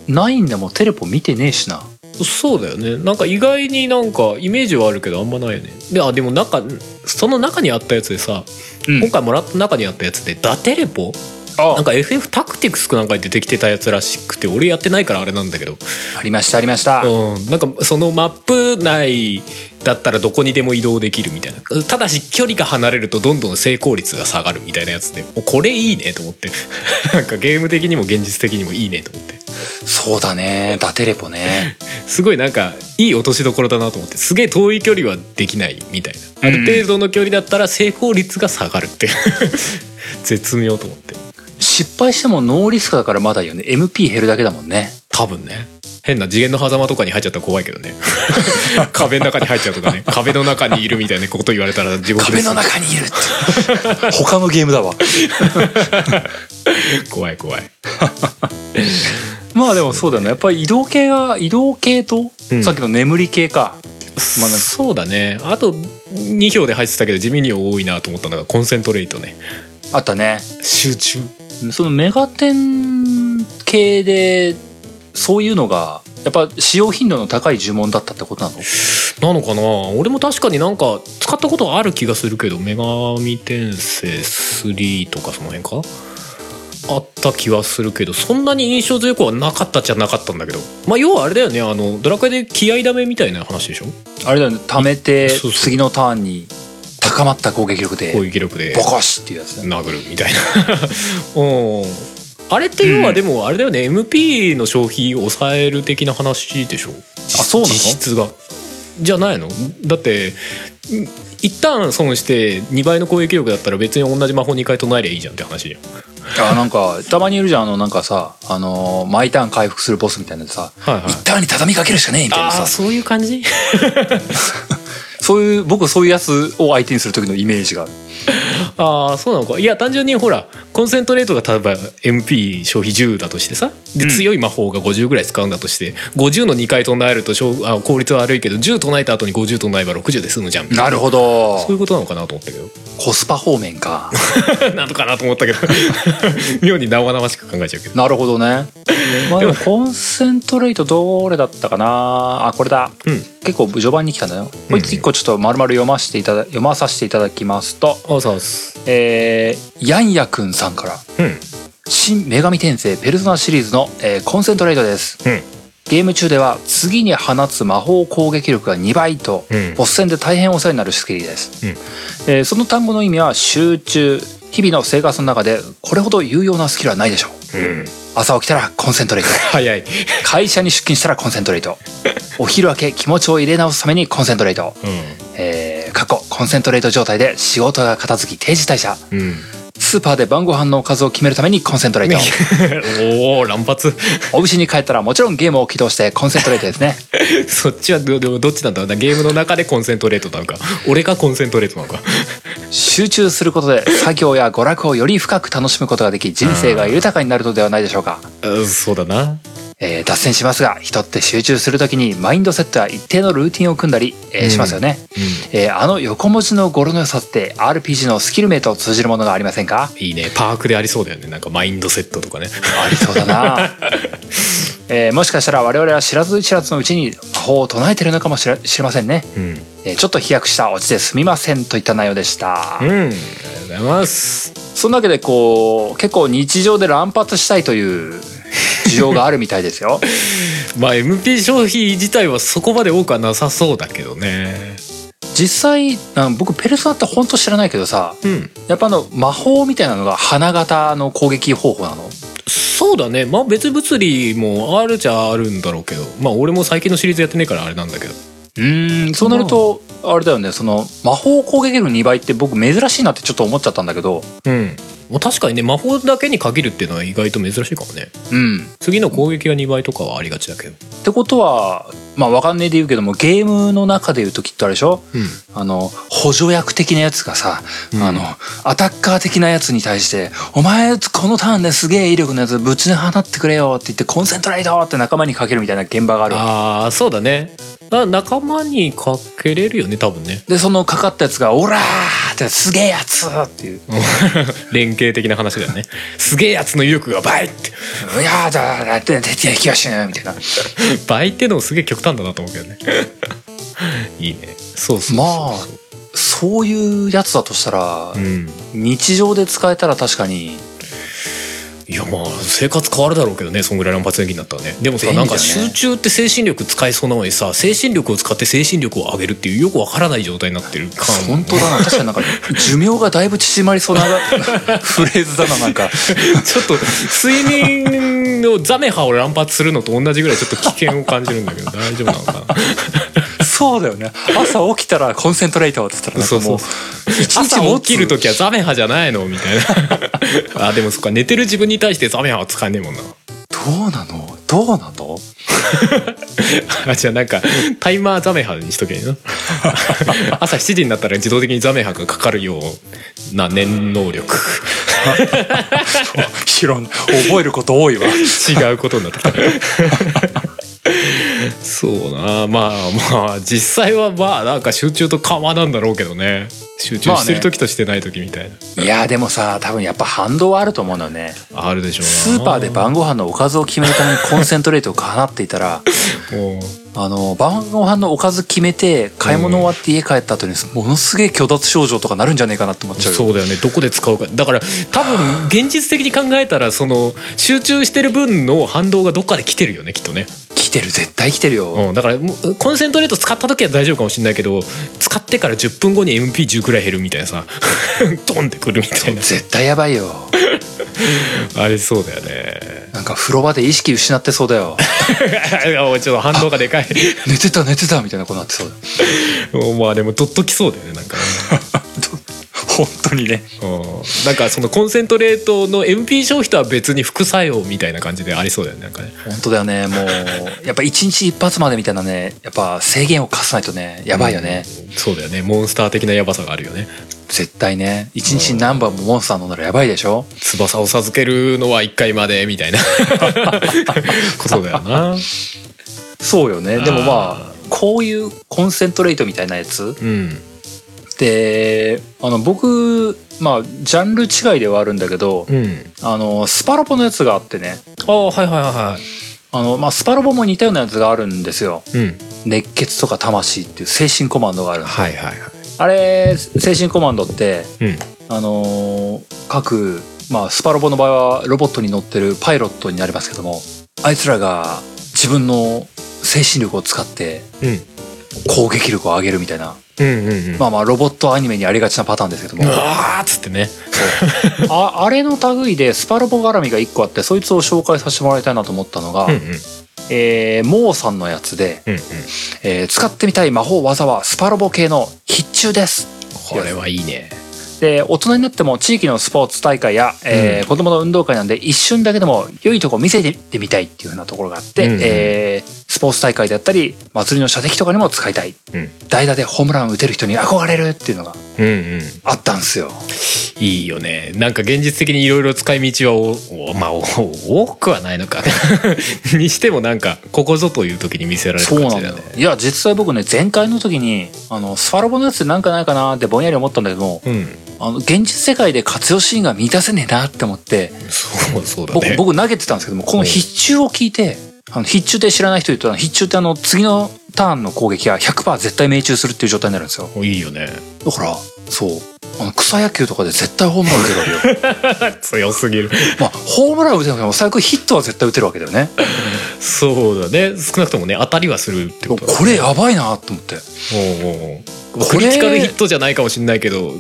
ナインでもテレポ見てねえしな
そうだよねなんか意外になんかイメージはあるけどあんまないよねであでもなんかその中にあったやつでさ、
うん
今回もらった中にあったやつで「ダテレポ」
あ
なんか FF タクティクスかなんかに出てきてたやつらしくて俺やってないからあれなんだけど
ありましたありました、
うん、なんかそのマップ内だったらどこにでも移動できるみたいなただし距離が離れるとどんどん成功率が下がるみたいなやつでもうこれいいねと思って なんかゲーム的にも現実的にもいいねと思って
そうだねダテレポね
すごいなんかいい落としどころだなと思ってすげえ遠い距離はできないみたいなあ
うん
る程度の距離だったら成功率が下がるって 絶妙と思って
失敗してもノーリスクだからまだいいよね MP 減るだけだもんね
多分ね変な次元の狭間とかに入っちゃったら怖いけどね 壁の中に入っちゃうとかね壁の中にいるみたいなこと言われたら地獄
壁
です
の
ね
中にいるって 他のゲームだわ
怖い怖い
まあでもそうだよねやっぱり移動系が移動系と、
うん
さっきの眠り系かまあなんか
そうだねあと2票で入ってたけど地味に多いなと思ったのがコンセントレートね
あったね
集中
そのメガテン系でそういうのがやっぱ使用頻度の高い呪文だったってことなの
なのかな俺も確かになんか使ったことある気がするけど女神転生3とかその辺かあった気はするけどそんなに印象強くはなかったじゃなかったんだけどまあ要はあれだよねあのドラクエで気合だめみたいな話でしょ
あれだよね貯めて
そうそう
次のターンに高まった攻撃力で
攻撃力で
ボコシっていうやつね
殴るみたいな うんあれって要はでもあれだよね、MP の消費を抑える的な話でしょあ
そうなの
実質がじゃないのだってん一旦損して2倍の攻撃力だったら別に同じ魔法2回唱えりゃいいじゃんって話じゃん
あなんかたまにいるじゃんあのなんかさあのー毎ターン回復するボスみたいなのさ、
はいはい
一ターンに畳みかけるしかねえみたいな
ああ
さ
そういう感じ
そういう僕そういうやつを相手にする時のイメージがある
ああそうなのかいや単純にほらコンセントレートが例えば MP 消費10だとしてさで、
うん
強い魔法が50ぐらい使うんだとして50の2回唱えると消あ効率は悪いけど10唱えた後に50唱えば60で済むじゃん
なるほど
そういうことなのかなと思ったけど
コスパ方面か
なのかなと思ったけど 妙に生々しく考えちゃうけど
なるほど ねまあでもコンセントレートどれだったかなあこれだ
うん
結構序盤に来たんだよこいつ一個ちょっと丸々読ませていただ読まさせていただきますと
あそうです
えー、ヤンヤくんさんから
うん
「新女神転生ペルソナ」シリーズの、えーコンセントレートです
うん
ゲーム中では次に放つ魔法攻撃力が2倍と、
うん
ボス戦で大変お世話になるスキルです、
うん
えーその単語の意味は集中日々の生活の中でこれほど有用なスキルはないでしょう
うん
朝起きたらコンセントレー ト
早い
会社に出勤したらコンセントレートお昼明け気持ちを入れ直すためにコンセントレートえー、過去コンセントレート状態で仕事が片付き定時退社
うんうん
スーパーで晩ご飯のおかずを決めるためにコンセントレート
おお乱発
お家に帰ったらもちろんゲームを起動してコンセントレートですね
そっちはどどどっちなんだろうなゲームの中でコンセントレートなのか俺がコンセントレート なのか
集中することで作業や娯楽をより深く楽しむことができ人生が豊かになるのではないでしょうか、
うんそうだな
えー脱線しますが人って集中するときにマインドセットや一定のルーティンを組んだり、えーしますよね、
う
えーあの横文字の語呂の良さって RPG のスキル名と通じるものがありませんか
んいいねパークでありそうだよねなんかマインドセットとかね
ありそうだな、えーもしかしたら我々は知らず知らずのうちに魔法を唱えてるのかもしれ知れませんね、
うん
えーちょっと飛躍したオチですみませんといった内容でした、
うんありがとうございます
そんなわけでこう結構日常で乱発したいという需要があるみたいです よ
まあ MP 消費自体はそこまで多くはなさそうだけどね
実際なん僕ペルソナって本当知らないけどさ
うん
やっぱあの魔法みたいなのが花形の攻撃方法なの
そうだねまあ別物理もあるじゃあるんだろうけどまあ俺も最近のシリーズやってねえからあれなんだけど
うーんそうなるとあれだよねその魔法攻撃力2倍って僕珍しいなってちょっと思っちゃったんだけど
うんまあ確かにね魔法だけに限るっていうのは意外と珍しいかもね
うん
次の攻撃が2倍とかはありがちだけど
ってことはまあわかんねえで言うけどもゲームの中で言うときっとあれでしょ
うん
あの補助役的なやつがさ、
うん
あのアタッカー的なやつに対して「お前このターンですげえ威力のやつぶち放ってくれよ」って言って「コンセントレート!」って仲間にかけるみたいな現場があるわ
ああそうだねあ仲間にかけれるよね多分ね
でそのかかったやつが「オラー!」って「すげえやつ!」っていう
連携的な話だよねすげえやつの威力が倍っ
「
て
いやーだだって徹夜気がしない」みたいな
倍ってのもすげえ極端だなと思うけどね いいねそうそうそうそう
まあそういうやつだとしたら、
うん
日常で使えたら確かに
いやまあ生活変わるだろうけどねそんぐらい乱発電気になったらねでもさ、
便利だ
なん
ね
か集中って精神力使いそうなのにさ精神力を使って精神力を上げるっていうよくわからない状態になってる感
本当だな確かになんか寿命がだいぶ縮まりそうな フレーズだななんか
ちょっと睡眠のザメハを乱発するのと同じぐらいちょっと危険を感じるんだけど大丈夫なのかな
そうだよね朝起きたらコンセントレーターって言ったらなんかもう
そ
一日
朝
持
起
つ
きる時はザメハじゃないのみたいなあでもそっか寝てる自分に対してザメハは使えねえもんな
どうなのどうな の
あじゃあなんかタイマーザメハにしとけばいいな朝7時になったら自動的にザメハがかかるような念能力
広い覚えること多いわ
違うことになってきたそうなまあまあ実際はまあなんか集中と緩和なんだろうけどね集中してる時としてない時みたいな、
いやでもさ多分やっぱ反動はあると思うのよね
あるでしょうな
スーパーで晩ご飯のおかずを決めるためにコンセントレートを放っていたら
もう
あの晩ご飯のおかず決めて買い物終わって家帰った後にものすげえ虚脱症状とかなるんじゃねえかなって思っちゃうよ
そうだよねどこで使うかだから多分現実的に考えたらその集中してる分の反動がどっかで来てるよねきっとね
来てる絶対来てるよ、
うん、だからもうコンセントレート使った時は大丈夫かもしれないけど使ってから10分後に MP10 くらい減るみたいなさ ドンってくるみたいな
絶対やばいよ
あれそうだよね
なんか風呂場で意識失ってそうだよ
いやもうちょっと反動がでかい
寝てた寝てたみたいなことになってそうだ
もうまあでもドッときそうだよねなんかね、
本当にね
うん、なんかそのコンセントレートの MP 消費とは別に副作用みたいな感じでありそうだよねなんかね
本当だよねもうやっぱ一日一発までみたいなねやっぱ制限を課さないとねやばいよね、
うんそうだよねモンスター的なヤバさがあるよね
絶対ね一日に何番もモンスター飲んだらやばいでしょ
翼を授けるのは1回までみたいな ことだよな
そうよねでも
あ
まあこういうコンセントレートみたいなやつ
うん
であの僕まあジャンル違いではあるんだけど
うん
あのスパロボのやつがあってね
ああはいはいはいはい
あの、まあ、スパロボも似たようなやつがあるんですよ
うん、
熱血とか魂っていう精神コマンドがあるんです
はいはいはい。
あれ精神コマンドって
うん、
あのー各、まあ、スパロボの場合はロボットに乗ってるパイロットになりますけどもあいつらが自分の精神力を使って
うん、
攻撃力を上げるみたいな
うん、うん、うん。
まあまあロボットアニメにありがちなパターンですけども
うわーっつってね。
ああれの類でスパロボ絡みが1個あってそいつを紹介させてもらいたいなと思ったのが、
うん、うん、うん、
えーモーさんのやつで、
うん。
えー使ってみたい魔法技はスパロボ系の必中です
これはいいね。
で大人になっても地域のスポーツ大会や、えー子どもの運動会なんで一瞬だけでも良いとこ見せてみたいっていうふうなところがあって、
うんうん
えースポーツ大会だったり祭りの射的とかにも使いたい
うん、
代打でホームラン打てる人に憧れるっていうのが
うん、うん。
あったんですよ。
いいよね。なんか現実的にいろいろ使い道はお、おまあ、お多くはないのか。 にしても、なんかここぞという時に見せられる
そう
感
な
じ
ん
だ
だ
よ
よい
ね。
や実際僕ね前回の時にあのスパロボのやつなんかないかなってぼんやり思ったんだけども
うん、
あの現実世界で活用シーンが満たせねえなって思って
そう、そうだ
僕,、
ね。
僕投げてたんですけどもこの必中を聞いてあの必中って知らない人言ったら必中ってあの次のターンの攻撃は100%絶対命中するっていう状態になるんですよ
いいよね。
だからそうあの草野球とかで絶対ホームラン打てるわ けよ
強すぎる。
まあホームラン打てなくても最悪ヒットは絶対打てるわけだよね
そうだね。少なくともね、当たりはするって
でも
ことだね。
これやばいなと思って
おうおうおう
こ
ク
れ
リティカルヒットじゃないかもしれないけど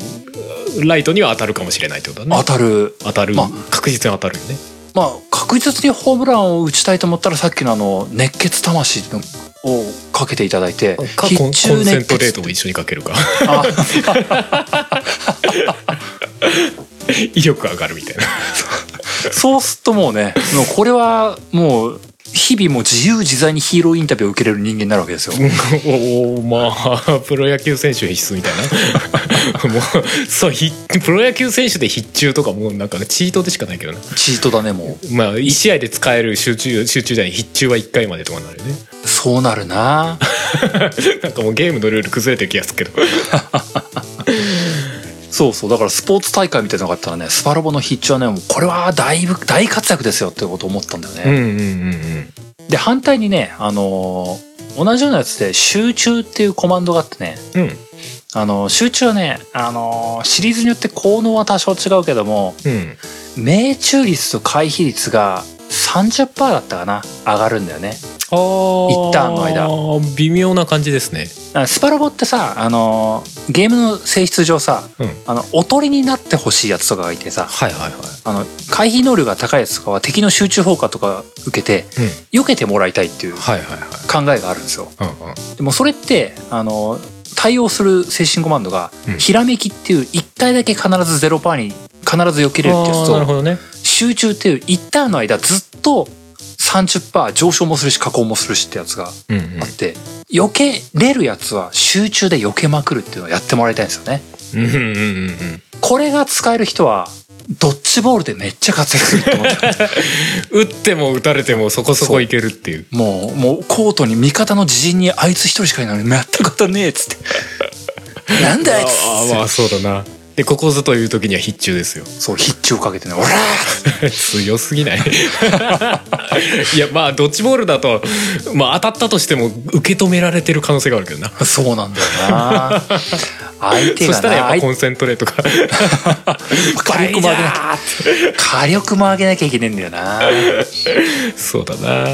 ライトには当たるかもしれないってことだね
当たる
当たる、
まあ
確実に当たるよね
まあ確実にホームランを打ちたいと思ったらさっきのあの熱血魂のをかけていただいて
かコンコンセントレー
ト
トも一緒にかけるか 威力上がるみたいな
そうするともうねもうこれはもう日々もう自由自在にヒーローインタビューを受けれる人間になるわけですよ。
おおまあプロ野球選手必須みたいな もうそうひプロ野球選手で必中とかもうなんかチートでしかないけどな
チートだね、も
まあ1試合で使える集中集中じゃない必中は1回までとかになるよね
う。そうなるな。
なんかもうゲームのルール崩れてる気がするけど
そうそう。だからスポーツ大会みたいなのがあったらね、スパロボの必勝はね、もうこれはだいぶ大活躍ですよってことを思ったんだよ
うん
ね。
うんうんうん
で、反対にね、あのー同じようなやつで集中っていうコマンドがあってね、
うん
あのー集中はね、あのーシリーズによって効能は多少違うけども、
うん
命中率と回避率が30%だったかな上がるんだよね
あー
一旦の間
微妙な感じですね
あスパロボってさあのーゲームの性質上さ
うん
あのおとりになってほしいやつとかがいてさ
はいはいはい
あの回避能力が高いやつとかは敵の集中砲火とか受けて
うん
避けてもらいたいっていう考
はいはい
えがあるんですよ
はいうんうん
でもそれってあのー対応する精神コマンドが、
うん
ひらめきっていう1回だけ必ずゼロパーに必ず避けれるってや
あ
つ
ーな
と
るほどね
集中っていう一ターンの間ずっと30%上昇もするし下降もするしってやつが
うん
あって、避けれるやつは集中で避けまくるっていうのをやってもらいたいんですよね。
うんうんうんうんうん
これが使える人はドッジボールでめっちゃ活躍すると思 ってる
打っても打たれてもそこそこいけるっていう
もうもうコートに味方の自陣にあいつ一人しかいないのに全く当たんねえっつって。なんだあいつ
ああまあそうだなでここぞという時には必中ですよ
そう必中をかけてね「オラー!」
強すぎない いやまあドッジボールだと、まあ、当たったとしても受け止められてる可能性があるけどな
そうなんだよな相手
そ
が
したらや
な
っぱ
相手
コンセントレートが
火力も上げなきゃ
バイザーっ
火力も上げなきゃいけねえんだよな
てそうだな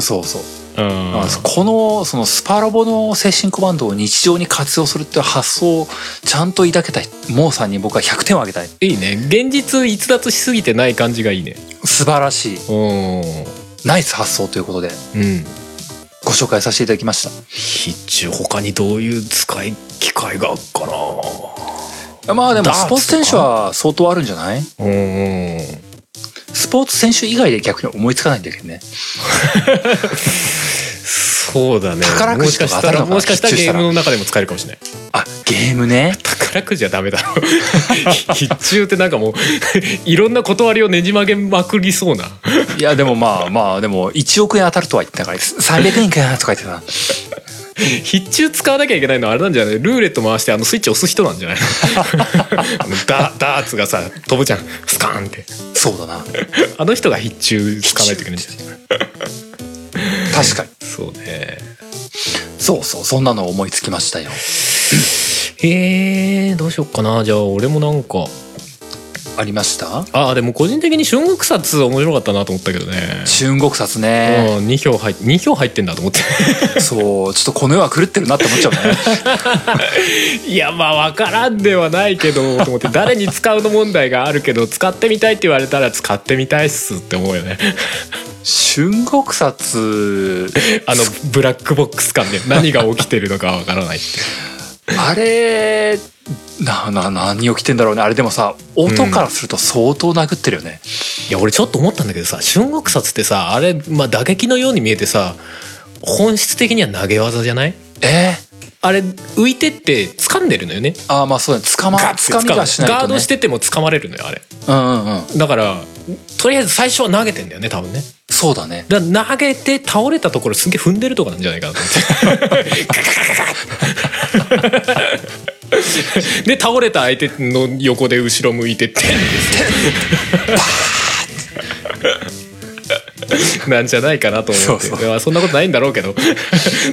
そうそう
うん
あこのそのスパロボの精神コマンドを日常に活用するっていう発想をちゃんと抱けたいモーさんに僕は100点をあげたい
いいね現実逸脱しすぎてない感じがいいね
素晴らしい
うん
ナイス発想ということで
うん
ご紹介させていただきました
必中他にどういう使い機会があるかな
あまあでも
ダーツ
ス
と
ポ
か
ーツ選手は相当あるんじゃない
うんうん
スポーツ選手以外で逆に思いつかないんだけどね
そうだね
宝くじとか当たるのかな
もしかしたらもしかしたら
必中した
ゲー
ら
ムの中でも使えるかもしれない
あゲームね
宝くじはダメだろ必中ってなんかもう いろんな断りをねじ曲げまくりそうない
やでもまあまあでも1億円当たるとは言ってたから300円かとか言ってた
必中使わなきゃいけないのはあれなんじゃないルーレット回してあのスイッチ押す人なんじゃないの あのダダーツがさ飛ぶじゃんスカーンって
そうだな
あの人が必中使わないといけないんじゃない
確かに
そうね
そうそうそんなの思いつきましたよ
えー、どうしよっかなじゃあ俺もなんか
ありました
ああでも個人的に春国札面白かったなと思ったけどね
中国札ね
うん2票入っ2票入ってんだと思って
そう、ちょっとこの世は狂ってるなって思っちゃうね。
いやまあ分からんではないけどと思って誰に使うの問題があるけど使ってみたいって言われたら使ってみたいっすって思う よね
春国札、
あのブラックボックス感で何が起きてるのか分からないって
あれ、な、な、何起きてんだろうね。あれでもさ、音からすると相当殴ってるよね。
いや俺ちょっと思ったんだけどさ春国札ってさあれ、まあ、打撃のように見えてさ本質的には投げ技じゃない
え
あれ浮いてって掴んでるのよね
ー、ああ、まあそうだね。捕ま、掴みがしないと、ね。
ガードしてても掴まれるのよあれ
うんうんうん。
だからとりあえず最初は投げてんだよね多分ね
そうだね。
だから投げて倒れたところすんげえ踏んでるとかなんじゃないかなと 思って。で倒れた相手の横で後ろ向いてってなんじゃないかなと思って
そう
いやそんなことないんだろうけど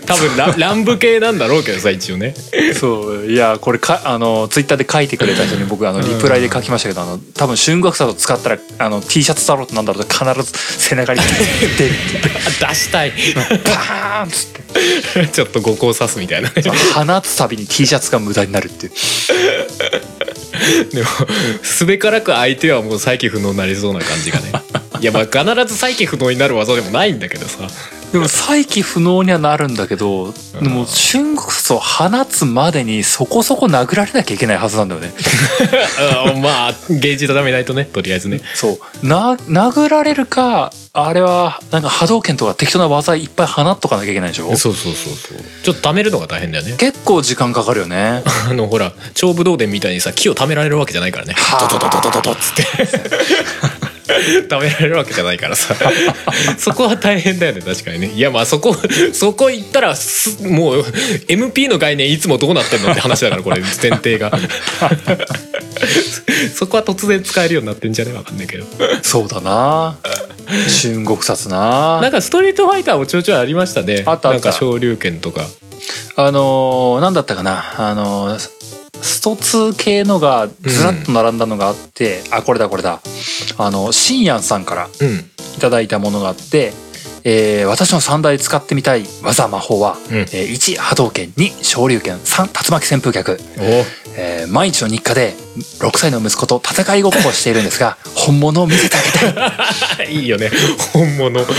多分ラ乱舞系なんだろうけどさ一応ね
そう。いや、これか、あの、ツイッターで書いてくれた人に僕、あの、リプライで書きましたけど、あの、多分春国札を使ったら、あの、T シャツだろうとなんだろうと必ず背中に 出るって
あ出したい
パーンっつって。
ちょっと五光刺すみたい な
放つたびに T シャツが無駄になるっていう
でもすべからく相手は もう再起不能になりそうな感じがねいやまあ必ず再起不能になる技でもないんだけどさ
でも再起不能にはなるんだけど、でも春骨を放つまでにそこそこ殴られなきゃいけないはずなんだよね。
あまあゲージ畳めないとねとりあえずね
そう。な、殴られるか、あれは、なんか波動拳とか適当な技いっぱい放っとかなきゃいけないでしょ
そうそうそうそうちょっと貯めるのが大変だよね
結構時間かかるよね。
あのほら長武道伝みたいにさ木を貯められるわけじゃないからね
はあ
ドドドドドドドっつって貯められるわけじゃないか らさそこは大変だよね確かにねいやまあそこ そこ行ったらすもう MP の概念いつもどうなってんのって話だからこれ前 提がそこは突然使えるようになってんじゃねわかんないけど
そうだな。春国殺な。
なんかストリートファイターもちょいちょいありましたね
あったあった
なんか昇竜拳とか
あのー、なんだったかな。あのー、スト2系のがずらっと並んだのがあって、あ、これだこれだ。あの、深夜さんから
うん
いただいたものがあって、えー私の三大使ってみたい技魔法は、
うん
えー1波動拳2昇竜拳3竜巻旋風脚、
お
えー毎日の日課で6歳の息子と戦いごっこをしているん ですが本物を見せてあげたい
いいよね本物 もうこ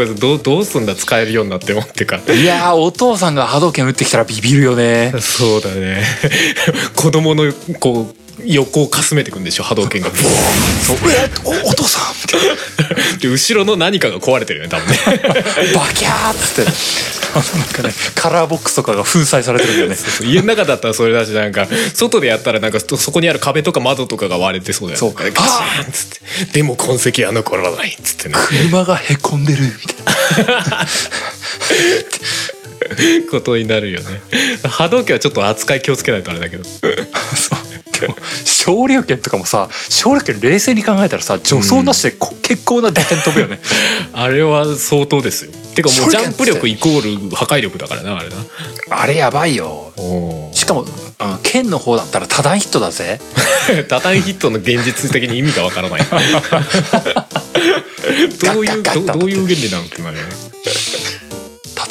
れどうどうすんだ使えるようになってもってか
いやーお父さんが波動拳打ってきたらビビるよね
そうだね 子供のこう横をかすめてくんでしょ波 動拳がブー
そうえーおお父さんみ
ンで後ろの何かが壊れてるよね多 分ね
たいなバキャーっつって あのなんかねカラーボックスとかが粉砕されてるんだよね
家の中だったらそれだしなんか外でやったらなんかそそこにある壁とか窓とかが割れてそうだよね
そう
ガシャーンっつってでも痕跡は残らないっつっ てね
車がへこんでるみたいな
ことになるよね波動拳はちょっと扱い気をつけないとあれだけど
そうでも昇竜拳とかもさ昇竜拳冷静に考えたらさ助走なしでこ、結構な打点飛ぶよね
あれは相当ですよてかもうジャン
そ
プ力
れ
イコール破壊力だからなあれな
あれやばいよ
お
しかも、うん、剣の方だったら多段ヒットだぜ
ダタンヒットの現実的に意味がわから ないどういう
ガッガッガッ
どどういう原理なのってなるよね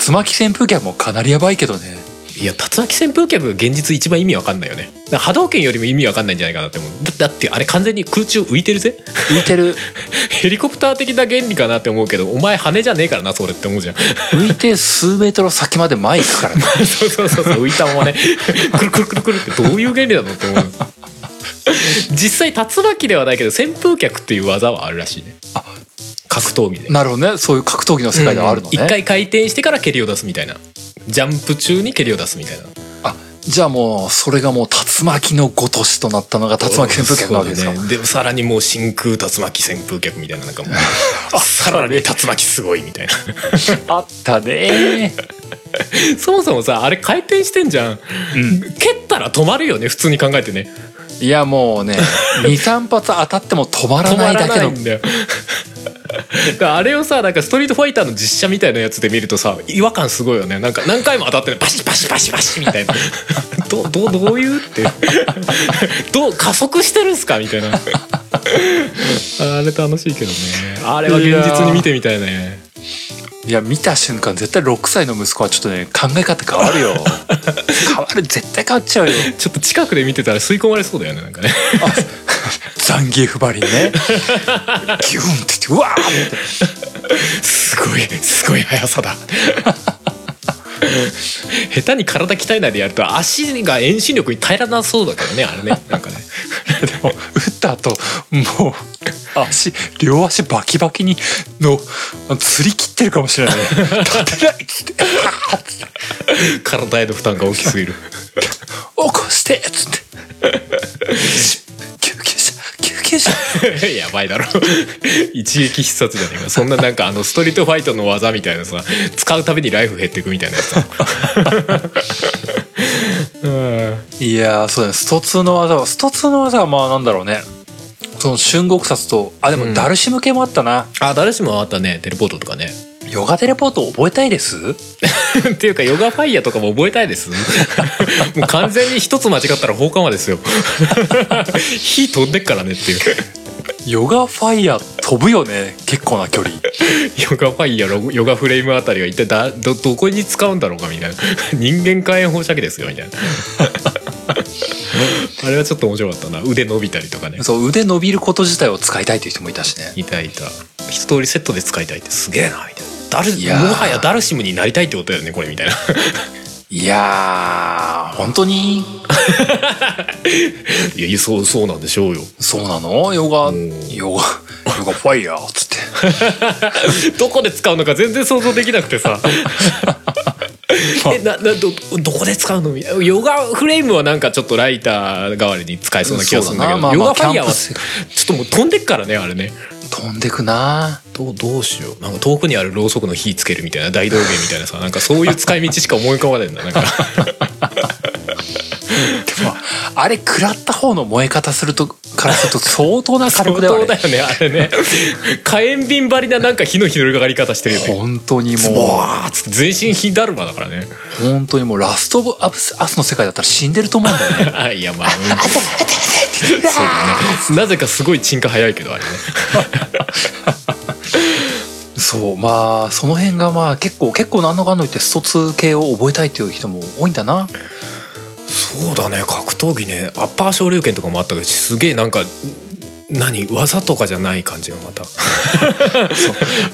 竜巻旋風剣もかなりやばいけどね
いや竜巻旋風脚が現実一番意味わかんないよねだから波動拳よりも意味わかんないんじゃないかなって思うだだってあれ完全に空中浮いてるぜ
浮いてる
ヘリコプター的な原理かなって思うけどお前羽じゃねえからなそれって思うじゃん
浮いて数メートル先まで前行くからね
そうそうそうそう浮いたままね くるくるくるくるってどういう原理なのって思う実際竜巻ではないけど旋風脚っていう技はあるらしいね格闘技 で
なるほどねそういう格闘技の世界ではあるのね、
うん一回回転してから蹴りを出すみたいなジャンプ中に蹴りを出すみたいな
あじゃあもうそれがもう竜巻のごとしとなったのが竜巻旋風剣なわけですか、
そうだねでさらにもう真空竜巻旋風脚みたいななんかも うあさらに竜巻すごいみたいな
あったね
そもそもさあれ回転してんじゃん、蹴ったら止まるよね普通に考えてね
いやもう ね23発当たっても止まら
止
な
ま
い
ら
だけ
な
の
いんだよ だからあれをさなんかストリートファイターの実写みたいなやつで見るとさ違和感すごいよねなんか何回も当たってるバシバシバシバシみたいなどどどういうって どう加速してるんすかみたいなあれ楽しいけどねあれは現実に見てみたいね
いや見た瞬間絶対6歳の息子はちょっとね考え方変わる よ変わる絶対変わっちゃうよ
ちょっと近くで見てたら吸い込まれそうだよねなんかね
ザンギエフバリン ねギュンって言ってうわーって
すごいすごい速さだ 下手に体鍛えないでやると足が遠心力に耐えられなそうだけどねあれねなんかね
でも打った後もう足両足バキバキにの釣り切ってるかもしれ ないね立てないっつってあーっつって
体への負担が大きすぎる
起こしてっつって救急車救急車
やばいだろ 一撃必殺じゃねえかそんななんかあのストリートファイトの技みたいなさ使うたびにライフ減ってくみたいなやつさ うん
いやーそうだねスト2の技はスト2の技はまあなんだろうねその春国殺とあで
う
も
ん
ダルシム系もあったな、
あ誰しもあったねテレポートとかね
ヨガテレポート覚えたいです
っていうかヨガファイヤーとかも覚えたい ですもう完全に一つ間違ったら放火魔ですよ 火飛んでっからねっていう
ヨガファイヤー飛ぶよね結構な距離
ヨガファイヤーヨガフレームあたりは一体だどどこ に使うんだろうかみたいな人間火炎放射器ですよみたいなあれはちょっと面白かったな腕伸びたりとかね
そう腕伸びること自体を使いたいという人もいたしね
いたいた一通りセットで使いたいってすげえなみたいなダル
いやー
もはやダルシムになりたいってことだよねこれみたいな
いやー本当に
いやいやそうそうなんでしょうよ
そうなのヨガヨガヨ
ん
ガファイヤーっつって
どこで使うのか全然想像できなくて さえななどどこで使うのみたいなヨガフレームはなんかちょっとライター代わりに使えそうな気がするんだけ
そ
ど
うだなまあ
ヨ
まあ
ガファイヤーは
キャン
ちょ
プ
っともう飛んでっからねあれね
飛んでくな
どうどうしようなんか遠くにあるろうそくの火つけるみたいな大道芸みたいなさなんかそういう使い道しか思い浮かばないんだなんか
でもあれ食らった方の燃え方するとからすると相当な火
相
力
当
だよ
だよ
ね
ねあれね火炎瓶張りななんか火の広がり方してる よね
本当に
ボ
も
ワーッつって全身火だるまだからね
う本当にもうラストオブアスアスの世界だったら死んでると思うんだよね
あ いやまあ、うんそうだねなぜかすごい沈下早いけどあれね
そうまあその辺がまあ結構結構何のかんの言ってスト2系を覚えたいという人も多いんだな
そうだね格闘技ねアッパー昇竜拳とかもあったけどすげえなんか何技とかじゃない感じが また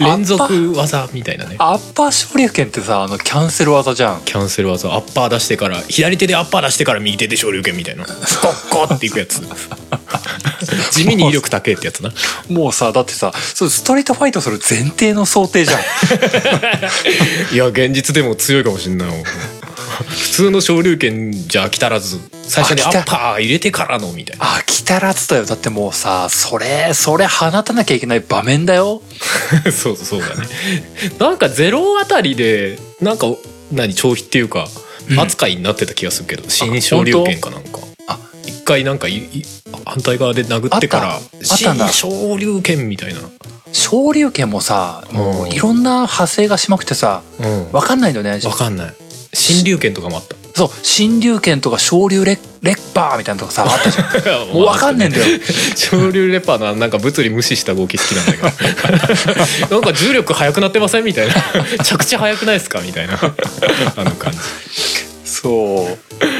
連続技みたいなね
アッパー昇竜拳ってさあのキャンセル技じゃん
キャンセル技アッパー出してから左手でアッパー出してから右手で昇竜拳み たいなドッコっていくや つ地味に威力高えってやつな
もうさだってさそうストリートファイトする前提の想定じ ゃん
いや現実でも強いかもしんないもん普通の昇竜拳じゃ飽き足らず最初にア
飽きた
ッパー入れてからのみたいな
飽きたらずだよだってもうさそれそれ放たなきゃいけない場面だよ
そうそうだねなんかゼロあたりでなんか何消費っていうか
うん
扱いになってた気がするけど、新昇竜拳かなんか
あ
一回なんかいい反対側で殴ってから
あったあった
新
んだ
昇竜拳みたいな、
昇竜拳もさもういろんな派生がしまくってさ
うん、わ
わかんないんだよね
かんない新竜拳とかもあった
そう新竜拳とか昇竜レレッパーみたいなのとか さあったじゃん もうわかんねえんだよ
潮流レパーのなんか物理無視した動き好きなんだけ どなんか重力速くなってませんみたいな着地速くないですかみたいなあの感じ
そう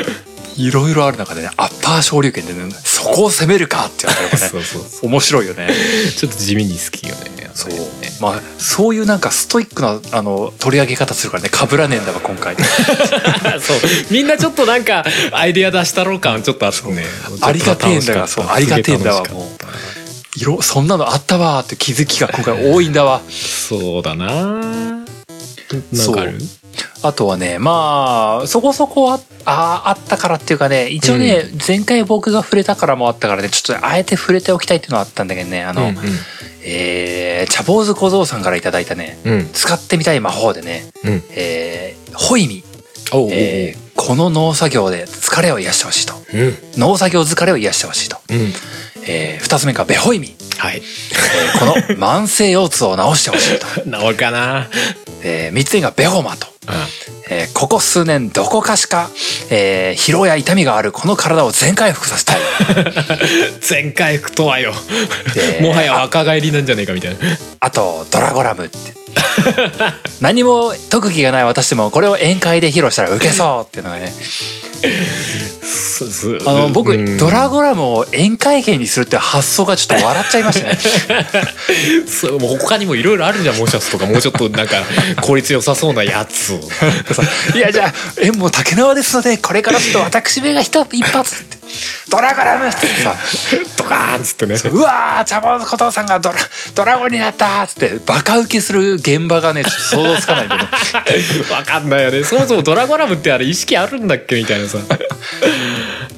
いろいろある中でねアッパー昇竜拳でねそこを攻めるかってやったら ね
そうそうそ
面白いよね
うちょっと地味に好きよね
そう
ね、
まあ、そういうなんかストイックなあの取り上げ方するからねかぶらねえんだわ今 回
そうみんなちょっとなんかアイディア出したろう感ちょっとあってね
ありがてえんだが
ち
そ
ょっ
う
と
あ
楽
り
しか
が
った
てえんだわ
すげえ
もう
楽しかっ
色そんなのあったわーって気づきが今回多いんだわ
たそうだななんかある
あとはねまあそこそこああーあったからっていうかね一応ね、前回僕が触れたからもあったからねちょっとあえて触れておきたいっていうのはあったんだけどねあの、
うん
えー、茶坊主小僧さんからいただいたね
うんうん
使ってみたい魔法でね、
うん
えー、ホイミ、
おうおうおう
えーこの農作業で疲れを癒してほしいと。
うん
農作業疲れを癒してほしいと。
うん
えー、二つ目がベホイミ。
はい
えーこの慢性腰痛を治してほしいと。
治るかな
えー、三つ目がベホマと。
あ
えーここ数年どこかしか、えー疲労や痛みがあるこの体を全回復させたい。
全回復とはよ
で
もはや若返りなんじゃねえかみたいな
あと、ドラゴラムって。 何も特技がない私でもこれを宴会で披露したらウケそうっていうのがね。あの、僕、ドラゴラムを宴会芸にするって発想がちょっと笑っちゃいましたね。
そうもう他にもいろいろあるじゃんモーシャツとかもうちょっとなんか効率良さそうなやつを
いやじゃあえもう竹縄ですのでこれからちょっと私めが一一発ってドラゴラムっつってさ
ドカーンっつってね
うわー茶坊主小僧さんがドラドラゴンになったっつってバカ受けする現場がねちょっと想像つかないんだけど
わかんないよねそもそもドラゴラムってあれ意識あるんだっけみたいなさ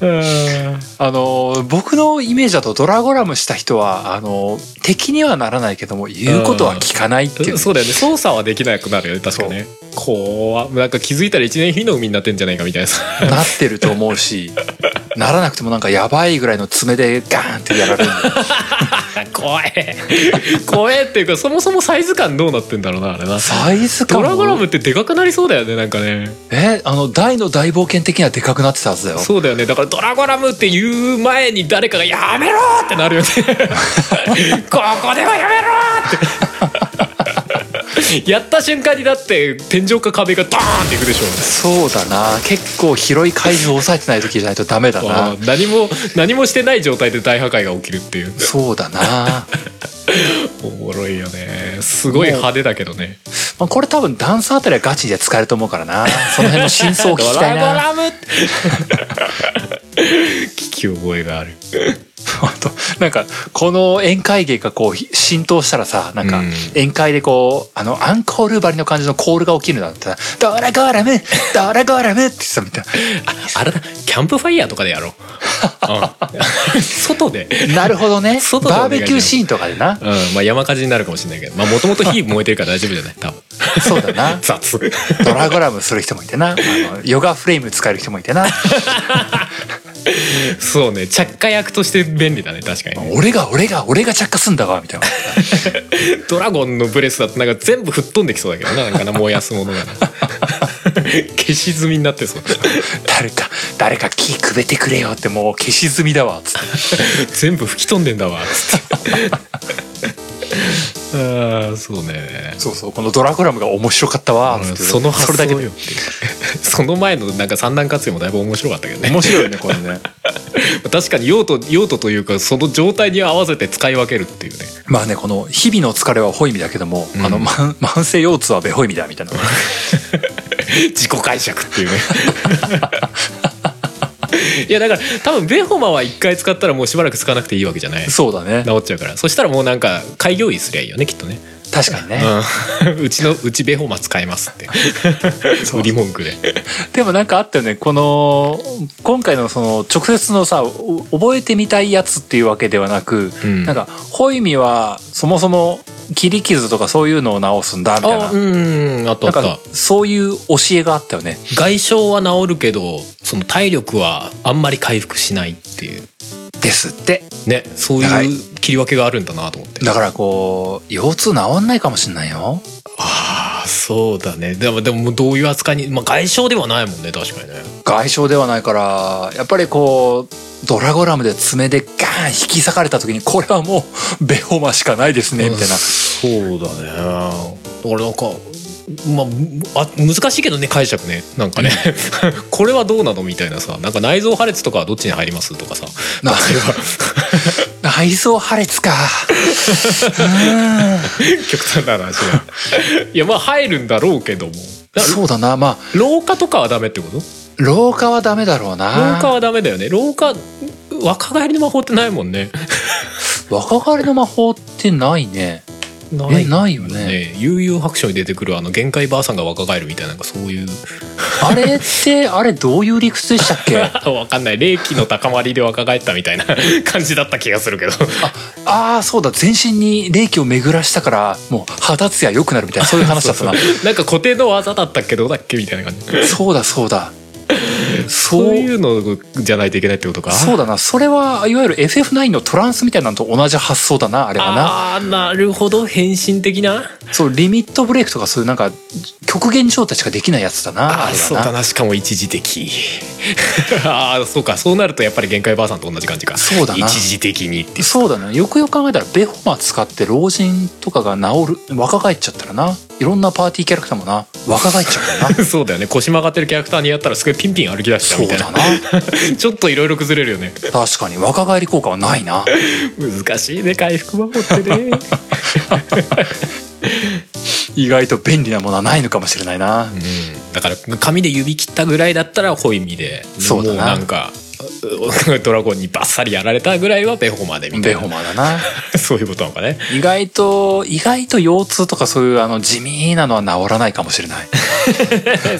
あのー僕のイメージだとドラゴラムした人はあのー敵にはならないけども言うことは聞かないっていう
そうだよね操作はできなくなるよね確かねこうなんか気づいたら一年日の海になってんじゃないかみたいなさ
なってると思うしならなくてもなんかやばいぐらいの爪でガーンってやられるんだよ
怖え怖えっていうかそもそもサイズ感どうなってんだろうなあれな
サイズ
ド
感も
ラゴラムってでかくなりそうだよねなんかね
えあの大の大冒険的にはでかくなってたはずだよ
そうだよねだからドラゴラムって言う前に誰かが「やめろ!」って なるよねここではやめろってやった瞬間にだって天井か壁がダーンっていくでしょ
そうだな結構広い会場を抑えてない時じゃないとダメだ
あ
な
ー何も何もしてない状態で大破壊が起きるっていう
そうだな
おもろいよねすごい派手だけどね
まあこれ多分ダンスあたりはガチで使えると思うからなその辺の真相を聞きたい
ド
な
ラム 聞き覚えがある
あとなんかこの宴会芸がこう浸透したらさなんか
うん
宴会でこうあのアンコールばりの感じのコールが起きるなんてさ「ドラゴラムドラゴラム」ってさみたい
あれだキャンプファイヤーとかでやろう、 うん、外で、
ななるほどね
外でお願
バー
いします
ベキューシーンとかでな
うんまあ、山火事になるかもしれないけどもともと火燃えてるから大丈夫じゃない多分
そうだな
雑
ドラゴラムする人もいてなあのヨガフレーム使える人もいてな
そうね着火薬として便利だね確かにね
俺が俺が俺が着火すんだわみたいな
ドラゴンのブレスだってなんか全部吹っ飛んできそうだけどななんかな燃やすも のがな消し済みになってそう
誰か誰か木くべてくれよってもう消し済みだわつって
全部吹き飛んでんだわつってああそうね
そうそうこのドラゴラムが面白かったわつって
その発
それだけ
想
で
よ その前のなんか三段活用もだいぶ面白かったけどね
面白いよねこれね
確かに用途用途というかその状態に合わせて使い分けるっていうね
まあねこの日々の疲れはホイミだけども、
ん
あのま慢性腰痛はベホイミだみたいな
自己解釈っていうね いやだから多分ベホマは一回使ったらもうしばらく使わなくていいわけじゃな い
そうだね
治っちゃうからそしたらもうなんか開業医すりゃいいよねきっとね、
確かにね、
うん、う ちのうちベホマ使えますって売り文句で
でもなんかあったよねこの今回のその直接のさお覚えてみたいやつっていうわけではなく、
うん
なんかホイミはそもそも切り傷とかそういうのを治すんだみたいな
あうんあと
な
あ
ん
っ
か
た
そういう教えがあったよね
外傷は治るけどその体力はあんまり回復しないっていう
ですって
ねそう
はい
いう切り分けがあるんだなと思って
だからこう腰痛治んないかもしんないよ
ああそうだねでもでももうどういう扱いに、まあ、外傷ではないもんね確かにね
外傷ではないからやっぱりこうドラゴラムで爪でガーン引き裂かれた時にこれはもうベホマしかないですねみたいな
うんそうだねだからなんかまあ、あ難しいけどね解釈ねなんかね これはどうなのみたいなさなんか内臓破裂とかはどっちに入りますとかさ
な内臓破裂かう
極端な話だいやまあ入るんだろうけども
ーん
だ
そうだなまあ
老化とかはダメってこと
老化はダメだろうな
老化はダメだよね老化若返りの魔法ってないもんね
若返りの魔法ってないね
な
えないよね
ね悠々白書に出てくるあの限界ばあさんが若返るみたいななんかそういう
あれってあれどういう理屈でしたっけ
わかんない霊気の高まりで若返ったみた いな感じだった気がするけど
ああそうだ全身に霊気を巡らしたからもう肌ツヤ良くなるみたいなそういう話だった な
なんか固定の技だったっけどうだっけみたいな感じ
そうだそうだ
そ
そうう
いうのじゃないといけないってことか
そうだなそれはいわゆる FF9 のトランスみたいなのと同じ発想だなあれはな
ああなるほど変身的な
そうリミットブレイクとかそういうなんか極限状態しかできないやつだなあ
あ
れは
ーそうだ
な
なしかも一時的 ああそうかそうなるとやっぱり限界ばあさんと同じ感じか
そうだな
一時的にって
そうだなよくよく考えたらベホマ使って老人とかが治る若返っちゃったらないろんなパーティーキャラクターもな若返っちゃうか らな
そうだよね腰曲がってるキャラクターにやったらすごいピンピン歩き出しちゃう
そう
みたい
だ
な
な
ちょっといろいろ崩れるよね
確かに若返り効果はないな
難しいね回復魔法ってね
意外と便利なものはないのかもしれないな、
うんだから紙で指切ったぐらいだったらホイミで
そうだな
もなんか ドラゴンにバッサリやられたぐらいはベホマでみた
ベ
いな
ホマだな
そういうことな のかね
意外と意外と腰痛とかそういうあの地味なのは治らないかもしれない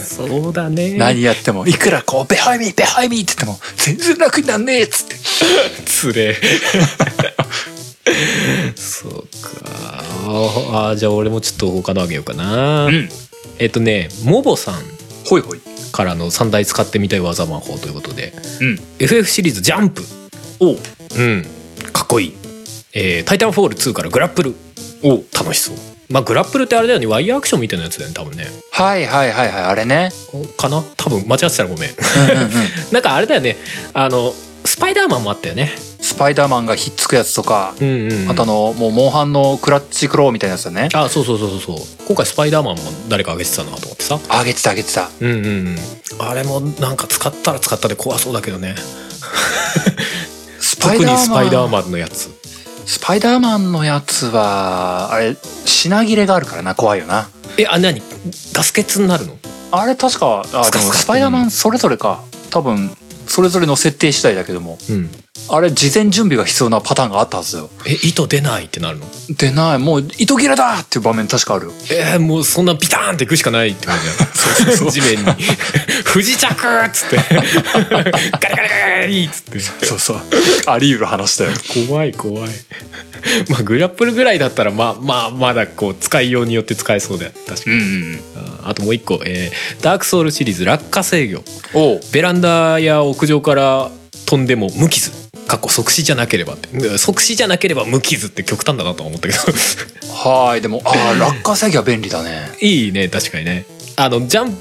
そうだね
何やってもいくらこう「ベハイミーベハイミー」って言っても全然楽になんねえっつって
つれそうかああじゃあ俺もちょっと他のあげようかな、
うん
えっとねモボさん
ほいほい
からの3台使ってみたい技魔法ということで
うん
FF シリーズ「ジャンプ
おう」
うんかっこいい、えータイタンフォール2」から「グラップル」を楽しそうまあグラップルってあれだよねワイヤーアクションみたいなやつだよね多分ね
はいはいはいはいあれね
かな多分間違ってたらごめん
うんうんうん
なんかあれだよねあのスパイダーマンもあったよね
スパイダーマンがひっつくやつとか、
うんうん
あとあのもうモンハンのクラッチクローみたいなやつだね
あそうそうそうそうそう今回スパイダーマンも誰か挙げてたなと思ってさ
あげてたあげてた
うんうんうんあれもなんか使ったら使ったで怖そうだけどね
スパイ
特
ダーマン
にスパイダーマンのやつ
スパイダーマンのやつはあれ品切れがあるからな怖いよな
えあ何ガス欠になるの
あれ確かあ
ス
で
カ
も
スカ
スパイダーマンそれぞれか多分それぞれの設定次第だけども
うん
あれ事前準備が必要なパターンがあったはずだよ
え糸出ないってなるの
でないもう糸切れだっていう場面確かあるよ
えー、もうそんなビターンっていくしかないって感じだそうそうそう地面に 「不時着!」っつって 「ガリガリガリガリ!」っつって
そうそうあり得る話だよ
怖い怖いまあグラップルぐらいだったらまあまあまだこう使いようによって使えそうだよ確か
う
に、
んうんうん
ああともう一個、えーダークソウル」シリーズ「落下制御」
おう
ベランダや屋上から飛んでも無傷かっこ即死じゃなければって即死じゃなければ無傷って極端だなとは思ったけど
はーいでもあ ー落下制御は便利だね
いいね確かにねあのジャン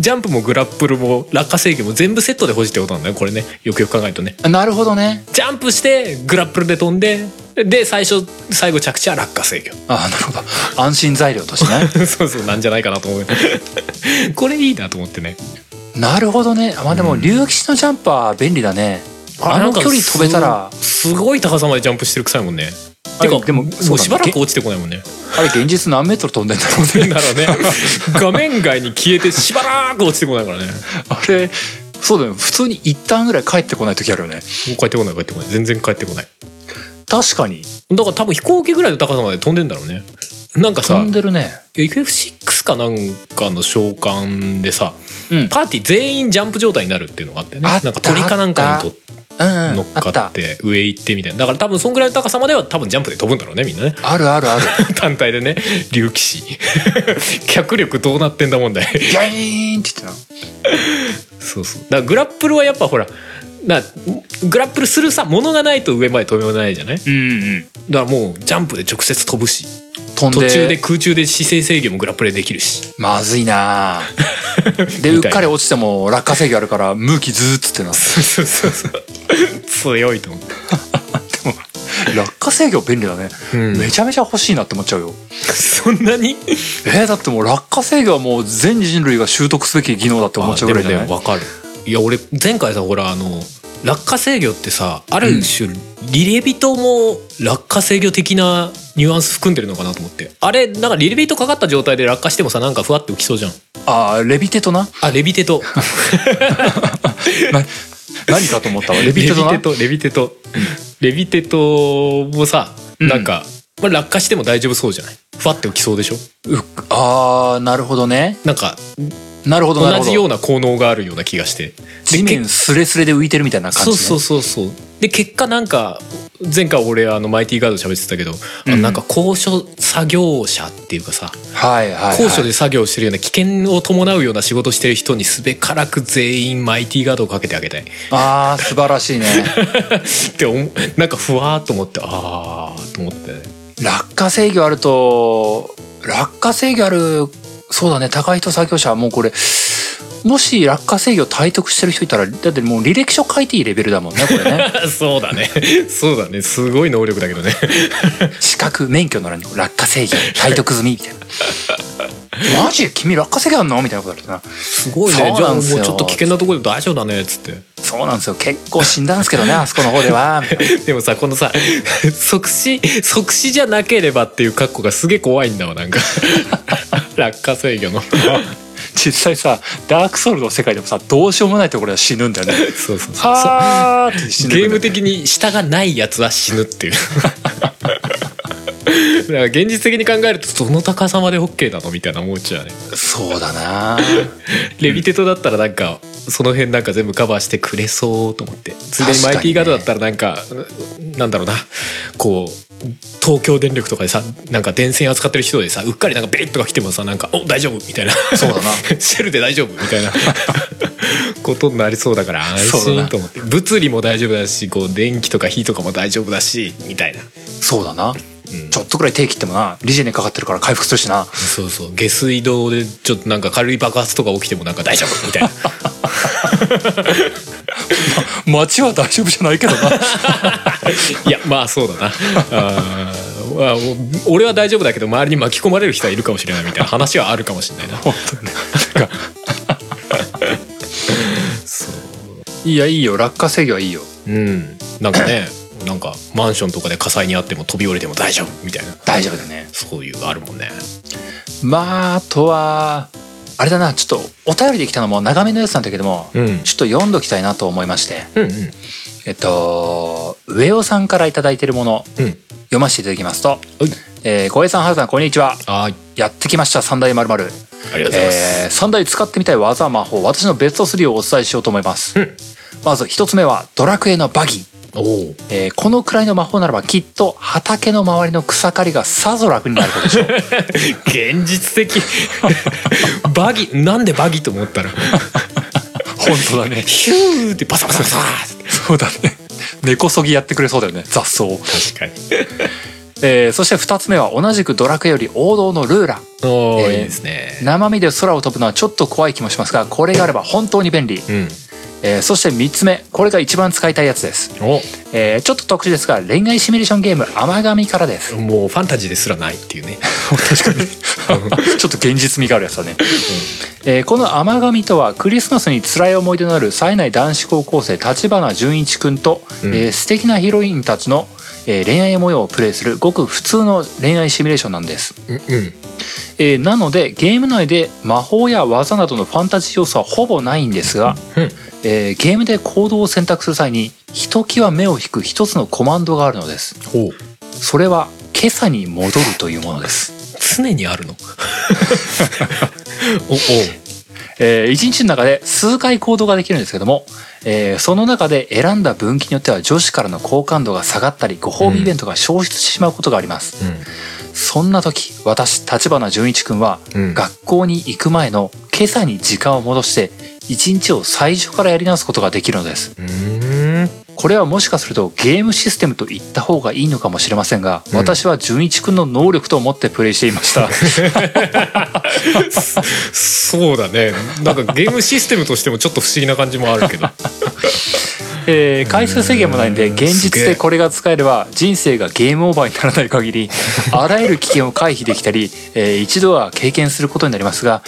ジャンプもグラップルも落下制御も全部セットで欲しいってことなんだよこれねよくよく考えるとね
なるほどね
ジャンプしてグラップルで飛んでで最初最後着地は落下制
あーなるほど安心材料として ね
御 そうそうなんじゃないかなと思う これいいなと思ってね
なるほどねあまあでも竜騎士のジャンパー便利だねあの距離飛べたら
すすごい高さまでジャンプしてるくさいもんね
あ
て
れ
か
でも
も
そうなん
う
だ
しばらく落ちてこないもんね
あれ現実何メートル飛んでんだろうね
なんだ ろうね画面外に消えてしばらく落ちてこないからねもう
あれそうだよね普通に一旦ぐらい帰ってこない時あるよね
帰ってこない帰ってこない全然帰ってこない
確かに
だから多分飛行機ぐらいの高さまで飛んでんだろうねなんか
飛
さ
んでるね
FF6 かなんかの召喚でさ
うん
パーティー全員ジャンプ状態になるっていうのがあってね
あ
な
っ
ん
た
か鳥かなんかにと
うんうん
乗っ
あっ
か
た
って上行ってみたいなだから多分そんぐらいの高さまでは多分ジャンプで飛ぶんだろうねみんなね
あるあるある
単体でね竜騎士 脚力どうなってんだ問題
ギャイーンって言って
そうそうだからグラップルはやっぱほらなグラップルするさものがないと上まで飛べないじゃないだか
たうんうん
らもうジャンプで直接飛ぶし
飛んで
途中で空中で姿勢制御もグラップルでできるし
まずいなあ でうっ
みたいな
かり落ちても落下制御あるから向きずーっつってな
そうそうそう強いと思って
落下制御便利だね、
うん
めちゃめちゃ欲しいなって思っちゃうよ
そんなに
えー、だってもう落下制御はもう全人類が習得すべき技能だって思っちゃうぐらいじゃない、
わかるいや俺前回さほらあの落下制御ってさある種、リレビトも落下制御的なニュアンス含んでるのかなと思ってあれなんかリレビトかかった状態で落下してもさなんかふわって浮きそうじゃん
ああレビテとな
あレビテト
な何かと思ったわレビテとな
レビテトレビテトもさ
うん
なんか、まあ、落下しても大丈夫そうじゃないふわって浮きそうでしょ
うああなるほどね
なんか
なるほどなる
同
ほど
じような効能があるような気がして
地面すれすれで浮いてるみたいな感じ、ね、
そうそうそうそうで結果なんか前回俺あのマイティガード喋ってたけど、あの
うん
なんか高所作業者っていうかさ
はいはい、はい、
高所で作業してるような危険を伴うような仕事してる人にすべからく全員マイティガードをかけてあげたい
ああ素晴らしいね
って思うなんかふわーっと思ってあーと思って、 ね、
落下制御あると落下制御あるそうだね高い人作業者はもうこれもし落下制御体得してる人いたらだってもう履歴書書いていいレベルだもんねこれ ね
そうだね そうだねすごい能力だけどね
資格免許ならに落下制御体得済みみたい なマジ君落下制御あんのみたいなことあるな
すごい
そう
ねじゃ
な
あ
ん
もう
すよ
ちょっと危険なところで大丈夫だねっつって
そうなんですよ結構死んだんですけど ねあそこの方ではみたいな
でもさこのさ即死即死じゃなければっていう格好がすげえ怖いんだわなんか落下制御の
実際さダークソウルの世界でもさどうしようもないところは死ぬんだよ ね
そうそうそう
はーって死んで
ゲ
く
ーム
んだよね
的に下がないやつは死ぬっていうだから現実的に考えるとどの高さまで OK なのみたいな思っちゃうね
そうだな
レビテトだったらなんかその辺なんか全部カバーしてくれそうと思ってついでに
確か
マ
にね
イティガードだったらなんかなんだろうなこう東京電力とかでさなんか電線扱ってる人でさうっかりなんかベリッとか来てもさなんか「お大丈夫」みたいな
そうだな
シェルで大丈夫みたいなことになりそうだから安
そうだな
心と思って物理も大丈夫だしこう電気とか火とかも大丈夫だしみたいな
そうだな、ちょっとくらい手切ってもなリジェネかかってるから回復するしな
そうそう下水道でちょっとなんか軽い爆発とか起きてもなんか大丈夫みたいな
街は大丈夫じゃないけどな
いやまあそうだなあー、まあ、お俺は大丈夫だけど周りに巻き込まれる人はいるかもしれないみたいな話はあるかもしれないな
本当にねなんか いやいいよ落下制御はいいよ
うんなんかねなんかマンションとかで火災にあっても飛び降りても大丈夫みたいな
大丈夫だね
そういうあるもんね
まああとはあれだなちょっとお便りできたのも長めのやつなんだけども、
うん
ちょっと読んどきたいなと思いまして
うんうん
えっと上尾さんから頂いいてるもの
うん
読ませていただきますと
はい
「えー、小江さんはるさんこんにちは
はい
やってきました三大まるまる
ありがとうございます、
えー三大使ってみたい技魔法私のベスト3をお伝えしようと思います、
うん
まず一つ目はドラクエのバギー
おお
えーこのくらいの魔法ならばきっと畑の周りの草刈りがさぞ楽になることでしょう
現実的バギなんでバギと思ったら
本当だね
ヒューってバサバサバサって
そうだね根こそぎやってくれそうだよね雑草を、
確かに
えーそして二つ目は同じくドラクエより王道のルーラ
おー
えー
いいですね
生身で空を飛ぶのはちょっと怖い気もしますがこれがあれば本当に便利、
うん
えーそして三つ目これが一番使いたいやつです、
お
えーちょっと特殊ですが恋愛シミュレーションゲーム「甘神」からです
もうファンタジーですらないっていうね
確かに ちょっと現実味があるやつだね、えーこの「甘神」とはクリスマスに辛い思い出のある冴えない男子高校生立花純一君と、
うん
えー素敵なヒロインたちの、えー恋愛模様をプレイするごく普通の恋愛シミュレーションなんです、
うんうん
えーなのでゲーム内で魔法や技などのファンタジー要素はほぼないんですが、
うん
えーゲームで行動を選択する際にひときわ目を引く一つのコマンドがあるのです
ほう
それは「今朝に戻る」というものです
常にあるの おお
え1日の中で数回行動ができるんですけども、えーその中で選んだ分岐によっては女子からの好感度が下がったりご褒美イベントが消失してしまうことがあります、そんな時私立花純一君は、
うん
学校に行く前の今朝に時間を戻して1日を最初からやり直すことができるのです
うんうん
これはもしかするとゲームシステムと言った方がいいのかもしれませんが、
うん
私は純一君の能力と思ってプレイしていました
そうだねなんかゲームシステムとしてもちょっと不思議な感じもある けど
えー回数制限もないんで
うん
現実でこれが使えれば人生がゲームオーバーにならない限 りあらゆる危険を回避できたり、えー一度は経験することになりますが、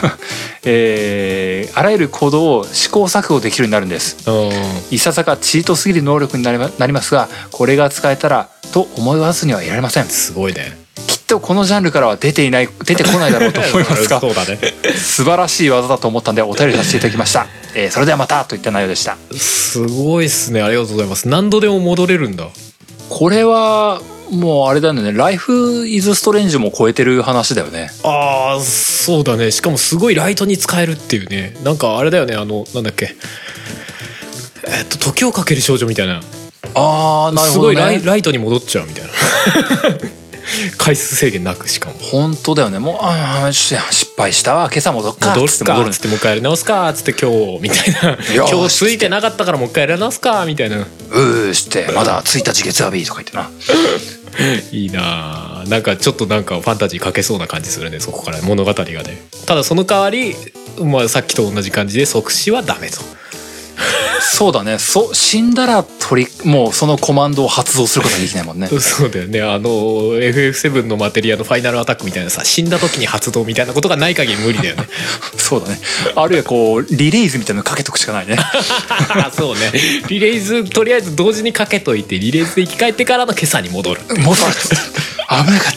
えーあらゆる行動を試行錯誤できるようになるんです
う
いささかチートすぎる能力になりまなりますがこれが使えたらと思わずにはいられません
んすごいね
きっとこのジャンルからは出ていない出てこないだろうと思いますが
そうだね
素晴らしい技だと思ったんでお便りさせていただきました、えーそれではまたといった内容でした
すごいっすねありがとうございます何度でも戻れるんだ
これはもうあれだよね「ライフ・イズ・ストレンジ」も超えてる話だよね
あーそうだねしかもすごいライトに使えるっていうねなんかあれだよねあのなんだっけえっと時をかける少女みたいな
ああなる
す
ほ
ご
ど、
いラ
ね
イ、ライトに戻っちゃうみたいな 回数制限なくしかも
本当だよねもうああ失敗したわ今朝戻っか
戻る
つって
か
戻る
っ
んで
つっ
す
てもう一回やり直すかっつって今日みたいな
よし
今日ついてなかったからもう一回やり直すかみたいな
うーしてまだ1日月曜日とか言ってない
いなあなんかちょっとなんかファンタジーかけそうな感じするねそこから物語がねただその代わり、まあ、さっきと同じ感じで即死はダメと
そうだねそ死んだら取りもうそのコマンドを発動することはできないもんね
そうだよねあの FF7 のマテリアのファイナルアタックみたいなさ死んだ時に発動みたいなことがない限り無理だよね
そうだねあるいはこうリレーズみたいなのかけとくしかないね
そうねリレーズとりあえず同時にかけといてリレーズで生き返ってからの今朝に戻 る
戻る危なかっ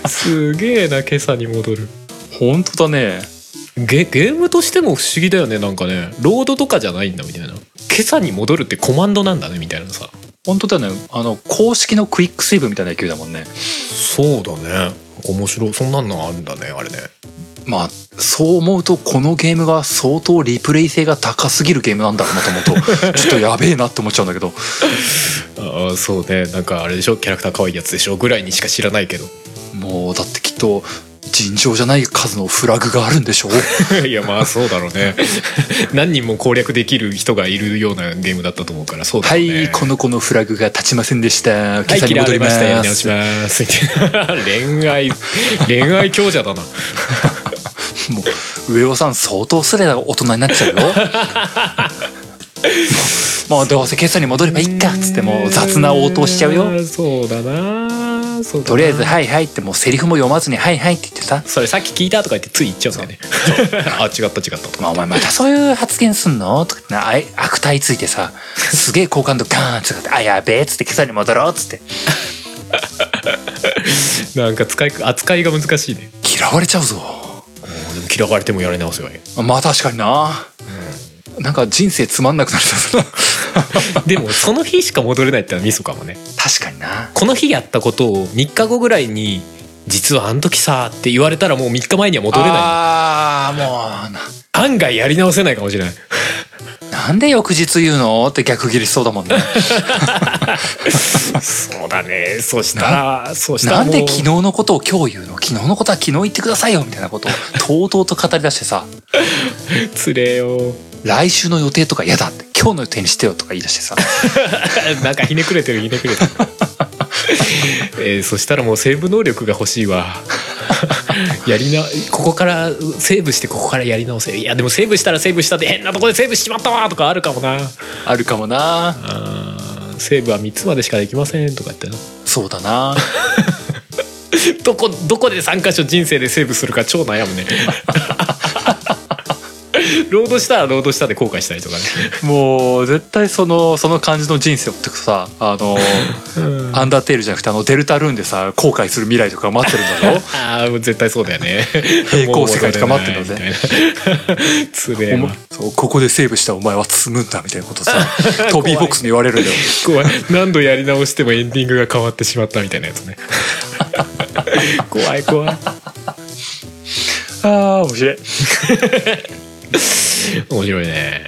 た
すげえな今朝に戻る
本当だね
ゲゲームとしても不思議だよねなんかねロードとかじゃないんだみたいな今朝に戻るってコマンドなんだねみたいなさ
本当だよねあの公式のクイックセーブみたいな勢いだもんね
そうだね面白そんなのあるんだねあれね
まあそう思うとこのゲームが相当リプレイ性が高すぎるゲームなんだろうなと思 うとちょっとやべえなって思っちゃうんだけど
ああそうねなんかあれでしょキャラクター可愛いやつでしょぐらいにしか知らないけど
もうだってきっと尋常じゃない数のフラグがあるんでしょう
いやまあそうだろうね 何人も攻略できる人がいるようなゲームだったと思うからそうだ
は
ろうね
いこの子のフラグが立ちませんでした今
はい
朝に
嫌わ
戻り
れ
ま
ましたやり直
す
します恋愛恋愛強者だな
上尾さん相当すれば大人になっちゃ うよもうどうせ今朝に戻ればいいかっつってもう雑な応答しちゃうよ
んそうだなそうだな
とりあえず「はいはい」ってもうセリフも読まずに「はいはい」って言ってさ
それさっき聞いたとか言ってつい言っちゃうんだよね あ違った違ったと
まあ、お前またそういう発言すんのとかなあい悪態ついてさすげえ好感度ガーンっつって「あやべえ」っつって今朝に戻ろうっつって
なんか使い扱いが難しいね
嫌われちゃうぞ
もうでも嫌われてもやり直せばいい
まあ確かにな、なんか人生つまんなくなりそうだな
でもその日しか戻れないってのはミソかもね
確かにな
この日やったことを3日後ぐらいに「実はあの時さ」って言われたらもう3日前には戻れない
ああもうな
案外やり直せないかもしれない
なんで翌日言うのって逆ギレしそうだ もんね
そうだねそうしたらそうしたら
なんで昨日
も
のことを今日言うの昨日のことは昨日言ってくださいよみたいなことをとうとうと語り出してさ
うつれよ
来週の予定とか嫌だって今日の予定にしてよとか言い出してさ
なんかひねくれてるひねくれ てるえーそしたらもうセーブ能力が欲しいわ やりなここからセーブしてここからやり直せいやでもセーブしたらセーブしたで変なとこでセーブしちまったわとかあるかもな
あるかもな
あーセーブは3つまでしかできませんとか言ってな
そうだな
どこどこで3箇所人生でセーブするか超 悩むねロードしたらロードしたで後悔したりとかね
もう絶対そのその感じの人生をってくとさあのアンダーテールじゃなくてあのデルタルーンでさ後悔する未来とか待ってるんだ ろ
ああ絶対そうだよね
平行世界とか待ってんだぜ
もう戻れないみたいな つれえ
お
わ
前そうここでセーブしたお前は積むんだみたいな ことさトビーボックスに言われるんだよ
怖い何度やり直してもエンディングが変わってしまったみたいな やつね怖い怖い
あー面白い
面白いね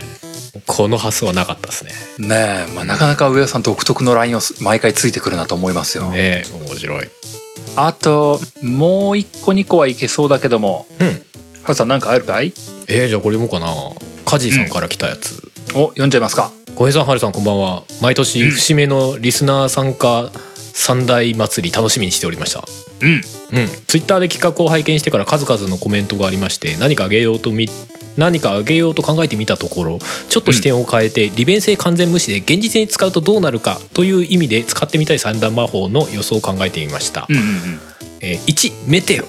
この発想はなかったですね
ねえ、まあ、なかなか上田さん独特のラインをす毎回ついてくるなと思いますよ、
ねえ面白い
あともう1個2個はいけそうだけども
うん
ハルさんなんかあるかい
えー、じゃあこれもかなカジさんから来たやつ、
お読んじゃいますか
小平さん、はるさん、こんばんは。毎年、節目のリスナー参加三大祭り楽しみにしておりました。
うん
うん。ツイッターで企画を拝見してから数々のコメントがありまして、何かあげようとみ、何かあげようと考えてみたところ、ちょっと視点を変えて、利便性完全無視で現実に使うとどうなるかという意味で使ってみたい三大魔法の予想を考えてみました。
うんうん
えー1、メテ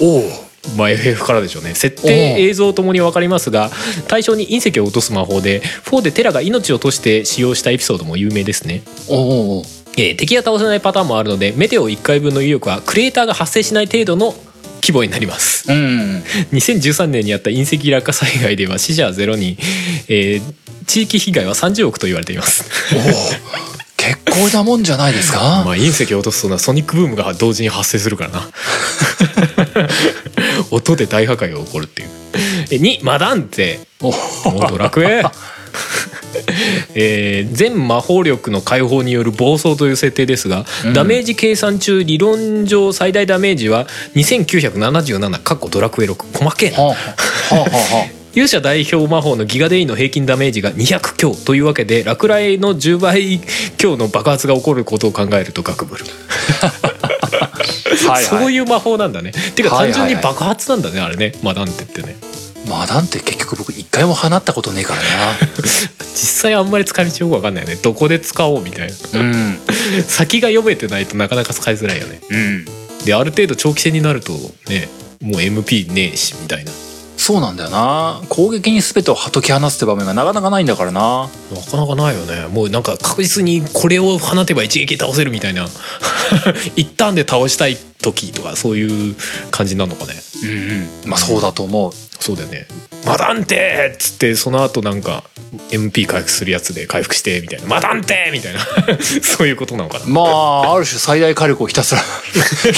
オ。
うんおお
まあ、FF からでしょうね設定映像ともに分かりますが対象に隕石を落とす魔法で4でテラが命を落として使用したエピソードも有名ですね、
おお
えー敵が倒せないパターンもあるのでメテオ1回分の威力はクレーターが発生しない程度の規模になります
うん
2013年にあった隕石落下災害では死者はゼロ人、えー地域被害は30億と言われてい ます
おお結構なもんじゃないですか、
まあ隕石を落とすとなソニックブームが同時に発生するからな音で大破壊が起こるっていうえ2マダンテ
おお
もうドラ クエえー全魔法力の解放による暴走という設定ですが、ダメージ計算中理論上最大ダメージは2977かっこドラクエ6細けえな
はあはあはあは
勇者代表魔法のギガデイの平均ダメージが200強というわけで落雷の10倍強の爆発が起こることを考えるとガクブル、
あはい、
そ
は
う
い、
いう魔法なんだねてか
はい
単
はいは
純
い
に爆発なんだね、あれねマダンテってね
まあなんて結局僕一回も放ったことねえから
実際あんまり使い道よくわかんないよねどこで使おうみたいな
なうん
先が読めてないとなかなか使いづらいよね
うん
である程度長期戦になるとねもう MP ねえしみたいな
そうなんだよな攻撃に全てをはとき放すって場面がなかなかないんだからな
なかなかないよねもうなんか確実にこれを放てば一撃で倒せるみたいな 一旦で倒したい時とかそういう感じなのかね
うんうんまあそうだと思う
そうだよね「マダンテ!」っつってその後なんか MP 回復するやつで回復してみたいな「マダンテ!」みたいな そういうことなのかな
まあある種最大火力をひたすら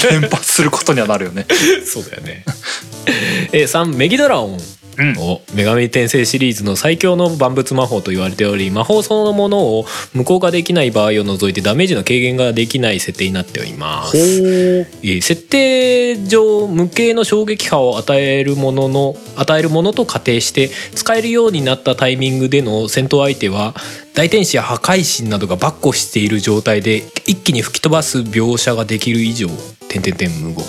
連発することにはなるよね
そうだよね。えー、3メギドラオン。
うん
を女神転生シリーズの最強の万物魔法と言われており魔法そのものを無効化できない場合を除いてダメージの軽減ができない設定になっております、
う
えー設定上無形の衝撃波を与えるものの与えるものと仮定して使えるようになったタイミングでの戦闘相手は大天使や破壊神などが跋扈している状態で一気に吹き飛ばす描写ができる以上点点点無言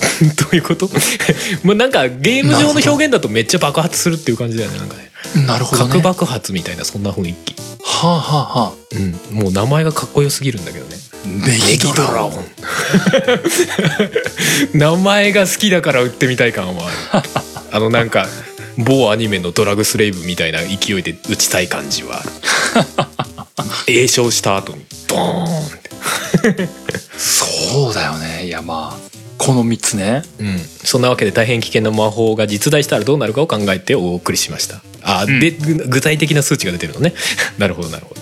どういうこと もうなんかゲーム上の表現だとめっちゃ爆発するっていう感じだよねなんかね
なるほど、ね、
核爆発みたいなそんな雰囲気、
はあはあは
うん、もう名前がかっこよすぎるんだけどね
あネギドラゴン
名前が好きだから売ってみたい感はあるあのなんか某アニメのドラグスレイブみたいな勢いで打ちたい感じはある栄唱した後にドーンって、
そうだよねいやまあこの3つね
うん、そんなわけで大変危険な魔法が実在したらどうなるかを考えてお送りしましたあ、
うん
でぐ具体的な数値が出てるのね なるほどなるほど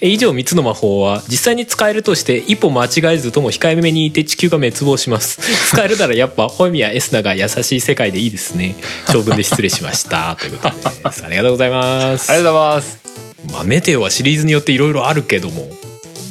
え以上3つの魔法は実際に使えるとして一歩間違えずとも控えめにいて地球が滅亡します 使えるならやっぱホイミやエスナが優しい世界でいいですね長文で失礼しました ということですありがとうございます
ありがとうございます
まあ、メテオはシリーズによっていろいろあるけども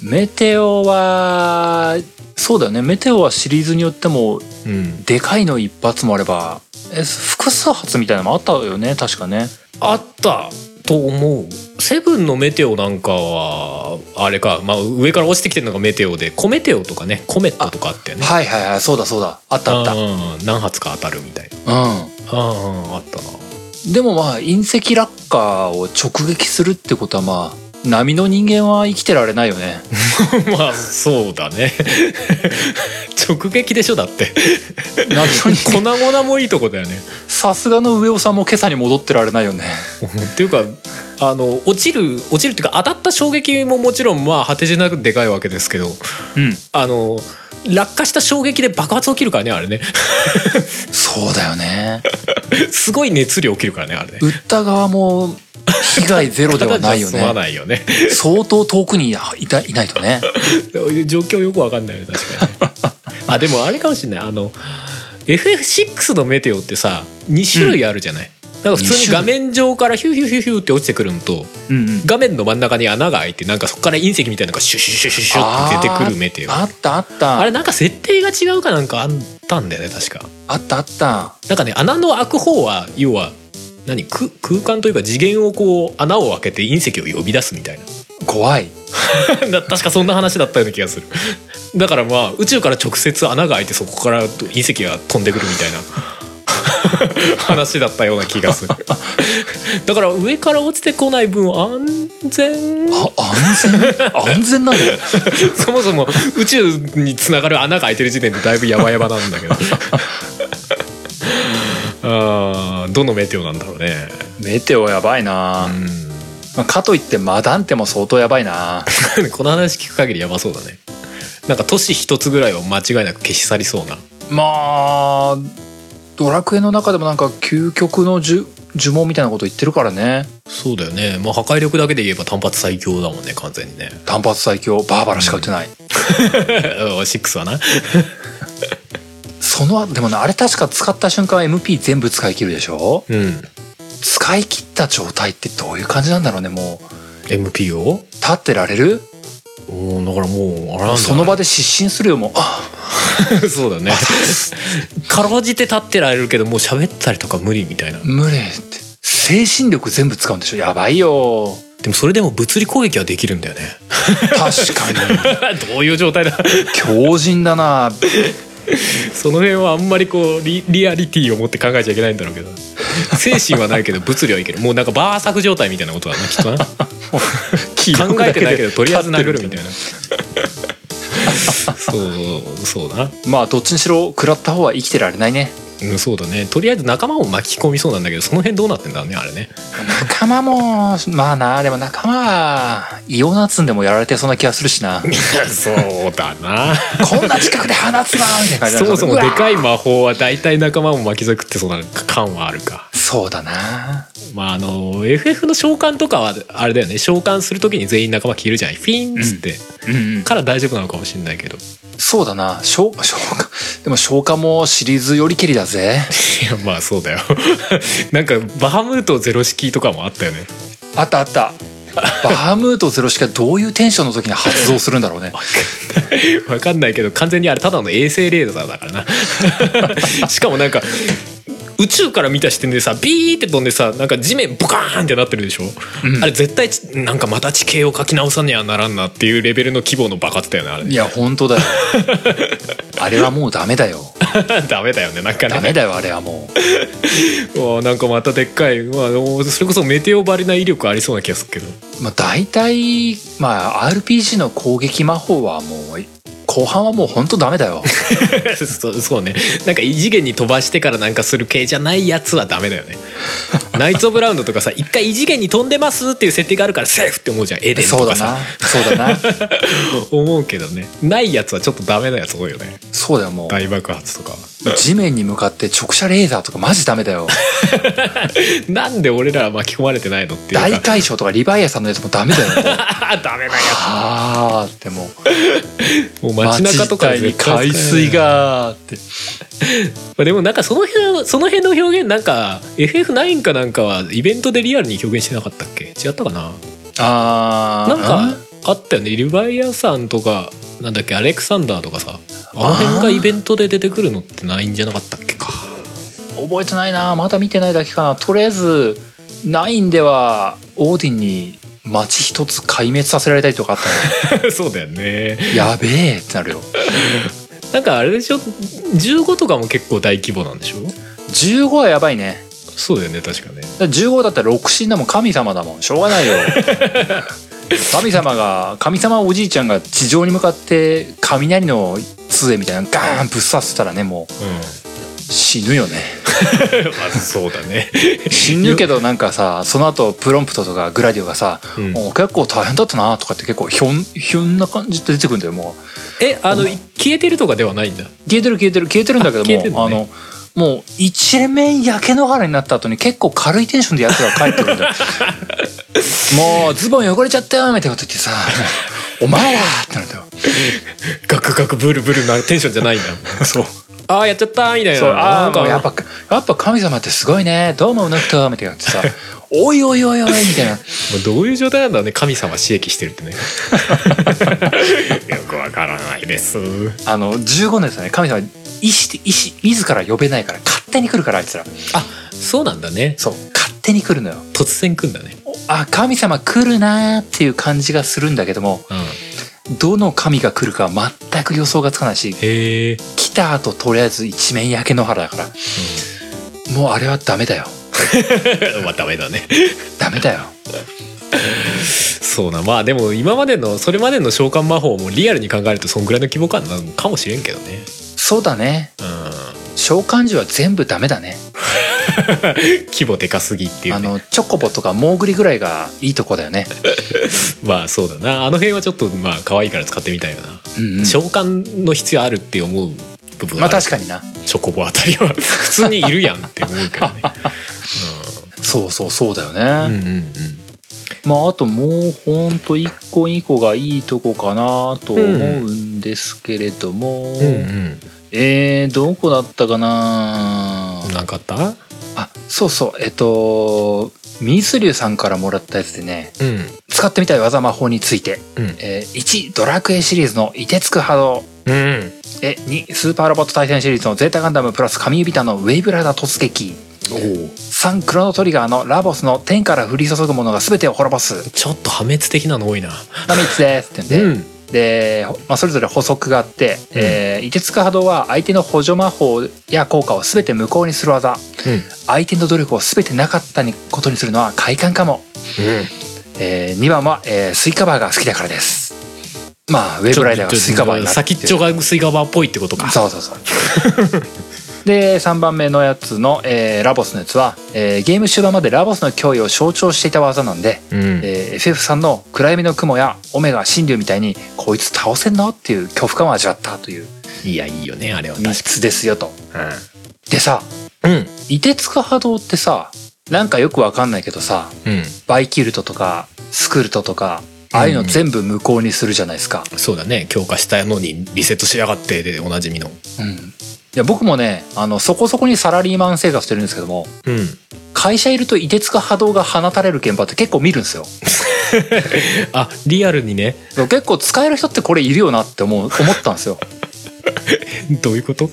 メテオはそうだよねメテオはシリーズによっても
うん
でかいの一発もあればえ複数発みたいなのもあったよね確かね
あったと思うセブンのメテオなんかはあれか、まあ、上から落ちてきてるのがメテオでコメテオとかねコメットとかあったよね
はいはいはいそうだそうだあったあった
うんうん何発か当たるみたいな
う
あああったなん
でもまあ隕石落下を直撃するってことはまあ波の人間は生きてられないよね
まあそうだね 直撃でしょだって
波の人間
粉々もいいとこだよね
さすがの上尾さんも今朝に戻ってられないよね
っていうかあの落ちる落ちるっていうか当たった衝撃ももちろんまあ果てしなくでかいわけですけど
うん
あの落下した衝撃で爆発起きるからねあれね
そうだよね
すごい熱量起きるからねあれね
売った側も被害ゼロではないよ
ただじゃ済ま
ね
ないよね
相当遠くにいたいないとね
状況よくわかんないよね確かに あでもあれかもしれないあの FF6 のメテオってさ2種類あるじゃない、なんか普通に画面上からヒューヒューヒューヒューって落ちてくるのと
うんうん
画面の真ん中に穴が開いてなんかそこから隕石みたいなのがシュシュシュシュシュって出てくるメテオ
あーあったあった
あれなんか設定が違うかなんかあったんだよね確か
あったあった
なんかね穴の開く方は要は何空空間というか次元をこう穴を開けて隕石を呼び出すみたいな
怖い
な 確かそんな話だったような気がするだからまあ宇宙から直接穴が開いてそこから隕石が飛んでくるみたいな 話だったような気がするだから上から落ちてこない分安全
あ安全 安全なの
そもそも宇宙につながる穴が開いてる時点でだいぶヤバヤバなんだけどあーどのメテオなんだろうね
メテオやばいな、
う
まあかといってマダンテも相当やばいな
んこの話聞く限りやばそうだねなんか都市一つぐらいは間違いなく消し去りそうな
まあドラクエの中でもなんか究極の呪呪文みたいなこと言ってるからね
そうだよねまあ破壊力だけで言えば単発最強だもんね完全にね
単発最強バーバラしか打てない、
6はな
そのでもねあれ確か使った瞬間 MP 全部使い切るでしょ
うん
使い切った状態ってどういう感じなんだろうねもう
MP を
立ってられる
おーだからもうあれなんだ
そ の場で失神するよもうあ
そうだね かろうじて立ってられるけどもう喋ったりとか無理みたいな
無理って精神力全部使うんでしょやばいよ
でもそれでも物理攻撃はできるんだよね
確かに
どういう状態だ
強靭だな
その辺はあんまりこうリリアリティを持って考えちゃいけないんだろうけど精神はないけど物理はいけるもうなんかバーサフ状態みたいなことだなきっ とな考えてないけどとりあえず殴るみたいな そうそうだな、
まあどっちにしろ食らった方は生きてられないね
うん、そうだねとりあえず仲間を巻き込みそうなんだけどその辺どうなってんだろうねあれね
仲間もまあなでも仲間はイオナツンでもやられてそうな気がするしな
そうだな
こんな近くで放つなみたいな感じ
そもそもで
い
かい魔法は大体仲間を巻き添え食ってそうな感はあるか
そうだな
まああの FF の召喚とかはあれだよね召喚する時に全員仲間消えるじゃないフィーンっつって、
うん、うん、
から大丈夫なのかもしれないけど
そうだな消消化でも消化もシリーズよりけりだぜ
いやまあそうだよ なんかバハムートゼロ式とかもあったよね
あったあったバハムートゼロしかどういうテンションの時に発動するんだろうね
わかんないけど完全にあれただの衛星レーダーだからなしかもなんか宇宙から見た視点でさビーって飛んでさなんか地面ボカーンってなってるでしょ、あれ絶対ちなんかまた地形を書き直さねやならんなっていうレベルの規模の爆発だよねあれ
いや本当だよあれはもうダメだよ
ダメだよねなんかね
ダメだよあれはもう
うわなんかまたでっかい、まあ、おそれこそメテオばりな威力ありそうな気がするけど
まあ、大体、まあ、RPG の攻撃魔法はもう後半はもうほんとダメだよ
そうそうねなんか異次元に飛ばしてからなんかする系じゃないやつはダメだよねナイツ・オブ・ラウンドとかさ一回異次元に飛んでますっていう設定があるからセーフって思うじゃんエデン
そ
と
う
か
だ
さ
なそうだな
思うけどねないやつはちょっとダメなやつ多いよね
そうだよも
大爆発とか
う地面に向かって直射レーザーとかマジダメだよ
なんで俺らは巻き込まれてないのっていう
大
か
海将とかリヴァイアさんのやつもダメだ よもう
ダメなや
あーってもう
つもう街中とか
街自体
絶対
に海
使えない
水がーって
まあ、でもなんかその辺その辺の表現なんか FF9 かなんかはイベントでリアルに表現してなかったっけ違ったかな
あー
なんかあったよねリヴァイアさんとかなんだっけアレクサンダーとかさあの辺がイベントで出てくるのってないんじゃなかったっけか
覚えてないなまだ見てないだけかなとりあえずナインではオーディンに街一つ壊滅させられたりとかあった
そうだよね
のやべえってなるよ
なんかあれでしょ15とかも結構大規模なんでしょ
15はやばいね
そうだよね確か
だ
ね
から15だったら六神だもん神様だもんしょうがないよ神様が神様おじいちゃんが地上に向かって雷の杖みたいなのガーンぶっ刺したらねもう
う
死ぬよね
ん まあそうだね
死ぬけどなんかさその後プロンプトとかグラディオがさ「
うん
お結構大変だったな」とかって結構ひょんひょんな感じで出てくるんだよもう
えあの消えてるとかではないんだ
消えてる消えてる消えてるんだけど
あ消えてん
もあ
のね
のもう一面焼け野原になった後に結構軽いテンションでやつが帰ってくるん だよもうズボン汚れちゃったよみたいなこと言ってさ 「お前ら!」ってなるんだよ
ガクガクブルブルなテンションじゃないんだそう ああやっちゃったみたいな
そうあ
な
あ
んか
もうやっぱやっぱ神様ってすごいねどうもうなくとみたいなって さ「おいおいおいおい」みたいな
もうどういう状態なんだろうね神様刺激してる ってねよくわからないです
あの15のやつはね神様意志って意志自ら呼べないから勝手に来るからあいつら
あそうなんだね
そう勝手に来るのよ
突然来んだね、
おあ神様来るなーっていう感じがするんだけども
うん、
どの神が来るかは全く予想がつかないし
へえ、
来た後とりあえず一面焼け野原だからもうあれはダメだよ
うん、ま あダメだね
ダメだよ
そうなまあでも今までのそれまでの召喚魔法もリアルに考えるとそんぐらいの規模感なのかもしれんけどね
そうだね
うん
召喚獣は全部ダメだね
規模でかすぎっていう、
あ
ね、
のチョコボとかモーグリぐらいがいいとこだよね
まあそうだなあの辺はちょっとまあ可愛いから使ってみたいよな、
うん、うん、
召喚の必要あるって思う部分
ま
は
あ
る
確かにな
チョコボあたり は普通にいるやんって思うけどね。
そうそうそうだよね、
うん、うんうんうん
まああともうほんと1個2個がいいとこかなと思うんですけれども、
うん
えー、どこだったかな
うん。なんかあった？うん。
あそうそうえっとミスリュウさんからもらったやつでね使ってみたい技魔法について、
うん
えー1ドラクエシリーズの凍てつく波動
うん。
え2スーパーロボット対戦シリーズのゼータガンダムプラス神指弾のウェイブラダ突撃
おお。
3クロノトリガーのラボスの天から降り注ぐものが全てを滅ぼす
ちょっと破滅的なの多いな。
の3つですってんで、
うん。
で、ほまあ、それぞれ補足があって、
うん
えー、凍てつく波動は相手の補助魔法や効果を全て無効にする技相手の努力を全てなかったにことにするのは快感かも、えー、2番は、えースイカバーが好きだからですまあウェブライダーがスイカバーになって
先っちょがスイカバーっぽいってことか。
そうそうそう で3番目のやつの、えーラボスのやつは、えーゲーム終盤までラボスの脅威を象徴していた技なんで、
うん。
えー FF3 の「暗闇の雲」や「オメガ神竜」みたいに「こいつ倒せんの?」っていう恐怖感を味わったという
いやいいよねあれは
3
確
つですよと。
か
でさ
に。うん。
凍てつく波動ってさなんかよくわかんないけどさ
うん。
バイキルトとかスクルトとかああいうの全部無効にするじゃないですか。
そうだね強化したのにリセットしやがってでおなじみの。
うんいや僕もねあのそこそこにサラリーマン生活してるんですけども
うん。
会社いると凍てつく波動が放たれる現場って結構見るんですよ。
あリアルにね
結構使える人ってこれいるよなって思う思ったんですよ。
どういうこと？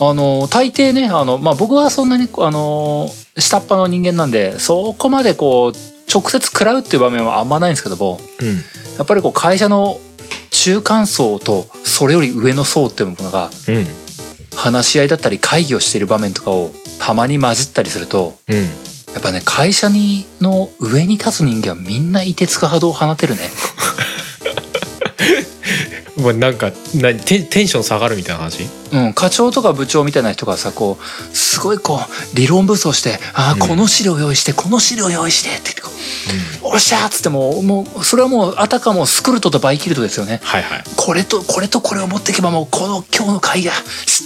あの大抵ねあの、まあ、僕はそんなにあの下っ端の人間なんでそこまでこう直接食らうっていう場面はあんまないんですけども
うん。
やっぱりこう会社の中間層とそれより上の層っていうものが
うん。
話し合いだったり会議をしている場面とかをたまに混じったりすると
うん
やっぱね会社にの上に立つ人間はみんな凍てつく波動を放てるね
うわなんか何テンテンション下がるみたいな話
うん、課長とか部長みたいな人がさこうすごいこう理論武装して「あ
う
あ
ん
この資料用意してこの資料用意して」って言ってこう「おっしゃ!」っつってもうもうそれはもうあたかもスクルトとバイキルトですよね。
はいはい
これとこれとこれを持っていけばもうこの今日の会が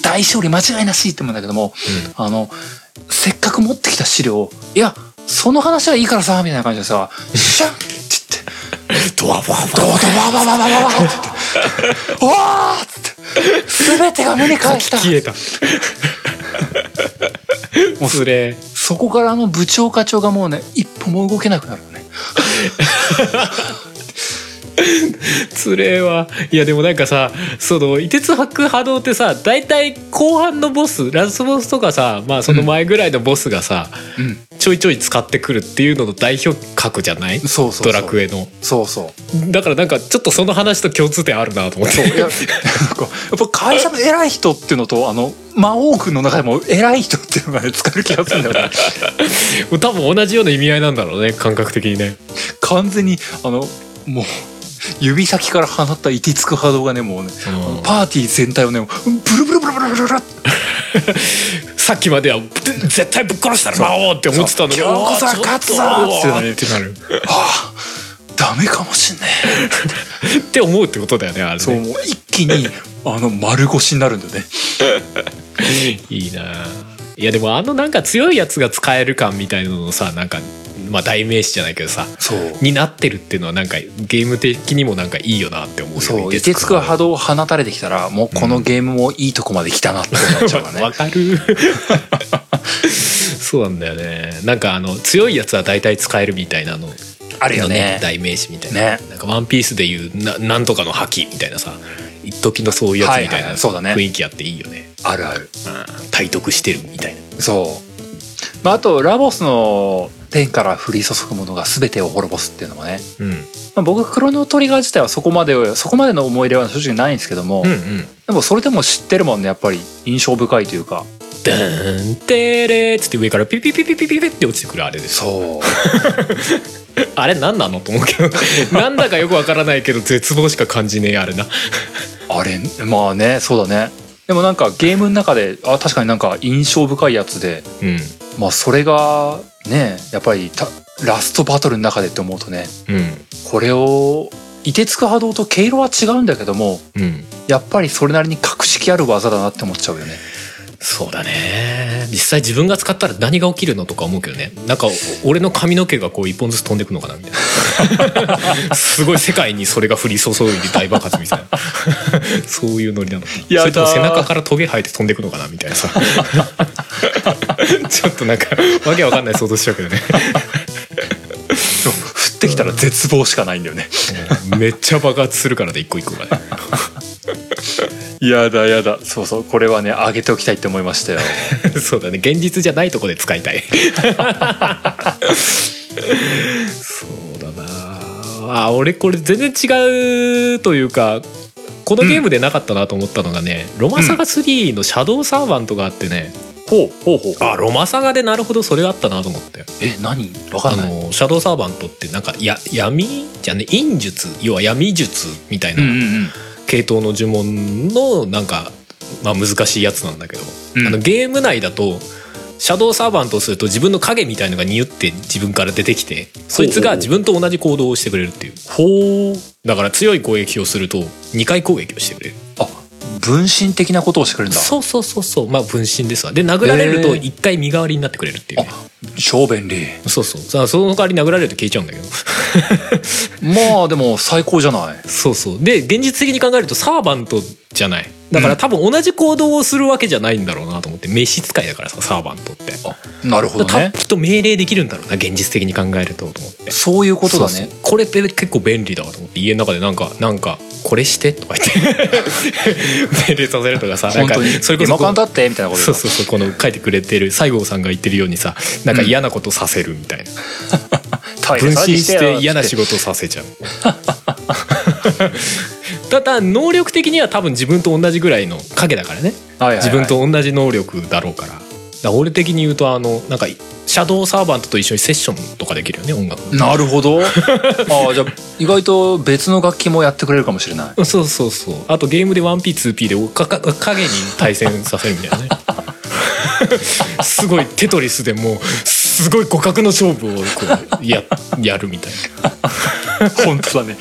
大勝利間違いなしって思うんだけどもあのせっかく持ってきた資料を「いやその話はいいからさ」みたいな感じでさ「シャン!」って言って
ドワワ
ドドババババババって言って「おー!」っつって全てが目に返した。
消えた
もう
それ
そこからあの部長課長がもうね一歩も動けなくなるのね
つれえわいやでもなんかさその凍てつ吐く波動ってさ大体後半のボスラスボスとかさまあその前ぐらいのボスがさ、
うん
ちょいちょい使ってくるっていうのの代表格じゃない
そうそうそう
ドラクエの
そうそう
だからなんかちょっとその話と共通点あるなと思っ
そう
て
いやなんかやっぱ会社の偉い人っていうのとあの魔王君の中でも偉い人っていうのがね使える気がするんだよね
もう多分同じような意味合いなんだろうね感覚的にね
完全にあのもう指先から放ったいてつく波動がねもうね、
うん
パーティー全体をねブルブルブルブルブルブルって
さっきまではぜ絶対ぶっ殺したら魔王って思ってたのに
そう今日こそは
おー
勝つぞ
ちょ
ってな
っと
る
ってなる
ああダメかもしんねえ
って思うってことだよねあれね
そうもう一気にあの丸腰になるんだよね
いいなあいやでもあのなんか強いやつが使える感みたいなののさなんかまあ代名詞じゃないけどさ
そう
になってるっていうのはなんかゲーム的にもなんかいいよなって思うよ
そう、
凍
凍てつく波動を放たれてきたら、もうこのゲームもいいとこまで来たなってなっちゃうから
わ
ね。
かるそうなんだよねなんかあの強いやつは大体使えるみたいなの
あるよね。
代名詞みたいな、
ね
なんか「ワンピースでいうななんとかの覇気みたいなさ一時のそういうやつみた
はい
い
はいは
ない
そうだね
雰囲気あっていいよね,、
あるある。
うん体得してるみたいな
そう。まあ、あと、ラボスの天から降り注ぐものが全てを滅ぼすっていうのもね。
うん
まあ、僕、クロノトリガー自体はそこまで、そこまでの思い入れは正直ないんですけども、
うんうん
でもそれでも知ってるもんね、やっぱり印象深いというか。
ダーンテレーっつって上からピピピピピピピって落ちてくるあれ です
そう。
あれ何なのと思うけど なんだかよくわからないけど絶望しか感じねえあれな
あれ、まあね、そうだね。でもなんかゲームの中で、あ、確かになんか印象深いやつで、
うん
まあそれがねやっぱりたラストバトルの中でって思うとね
うん
これを凍てつく波動と毛色は違うんだけども
うん
やっぱりそれなりに格式ある技だなって思っちゃうよね
そうだね実際自分が使ったら何が起きるのとか思うけどねなんかお俺の髪の毛がこう一本ずつ飛んでくのかなみ たいなすごい世界にそれが降り注いで大爆発みたいな そういうノリなのかな
やだー
それとも背中からトゲ生えて飛んでくのかなみたい なさちょっとなんかわけわかんない想像しちゃうけどね
降ってきたら絶望しかないんだよね
めっちゃ爆発するからで一個一個 がね
やだやだそうそうこれはね上げておきたいって思いましたよ
そうだね現実じゃないとこで使 いたいそうだなあ俺これ全然違うというかこのゲームでなかったなと思ったのがね、ロマサガ3のシャドウサーバントがあってね、
ほうほうほう
あロマサガでなるほどそれがあったなと思って
え何わか
あ
んない
のシャドウサーバントってなんかや闇じゃね陰術要は闇術みたいな
うんうん
系統の呪文のなんか、まあ、難しいやつなんだけど、
うん
あのゲーム内だとシャドウサーバントをすると自分の影みたいのがニュって自分から出てきてそいつが自分と同じ行動をしてくれるっていうほうだから強い攻撃をすると2回攻撃をしてくれる
あ分身的なことをしてくれるんだ
そうそうそうそうまあ分身ですわで殴られると
へー
1回身代わりになってくれるっていうね、
超便利
そうそうさあその代わり殴られると消えちゃうんだけど
まあでも最高じゃない
そうそうで現実的に考えるとサーバントじゃないだから多分同じ行動をするわけじゃないんだろうなと思って召使いだからさサーバントって
あなるほど
た
ね
きっと命令できるんだろうな現実的に考えるとと思って
そういうことだね
そうそうこれって結構便利だわと思って家の中でなんかなんかこれしてとか 言って命令させるとかさなん
本
か
当に
それこ
リモ
そ
コ
こ
ン
の
だってみたいなこと
そうそうそうこの書いてくれてる西郷さんが言ってるようにさなんか嫌なことさせるみたいな、
分
分身して嫌な仕事させちゃうただ能力的には多分自分と同じぐらいの影だからね
はいはいはい
自分と同じ能力だろうからだから俺的に言うとあのなんかシャドウサーバントと一緒にセッションとかできるよね音楽の
なるほどああじゃあ意外と別の楽器もやってくれるかもしれない
うんそうそうそうあとゲームで 1P2P でおかか影に対戦させるみたいな ねすごいテトリスでもうすごい互角の勝負をこうややるみたいな
本当だね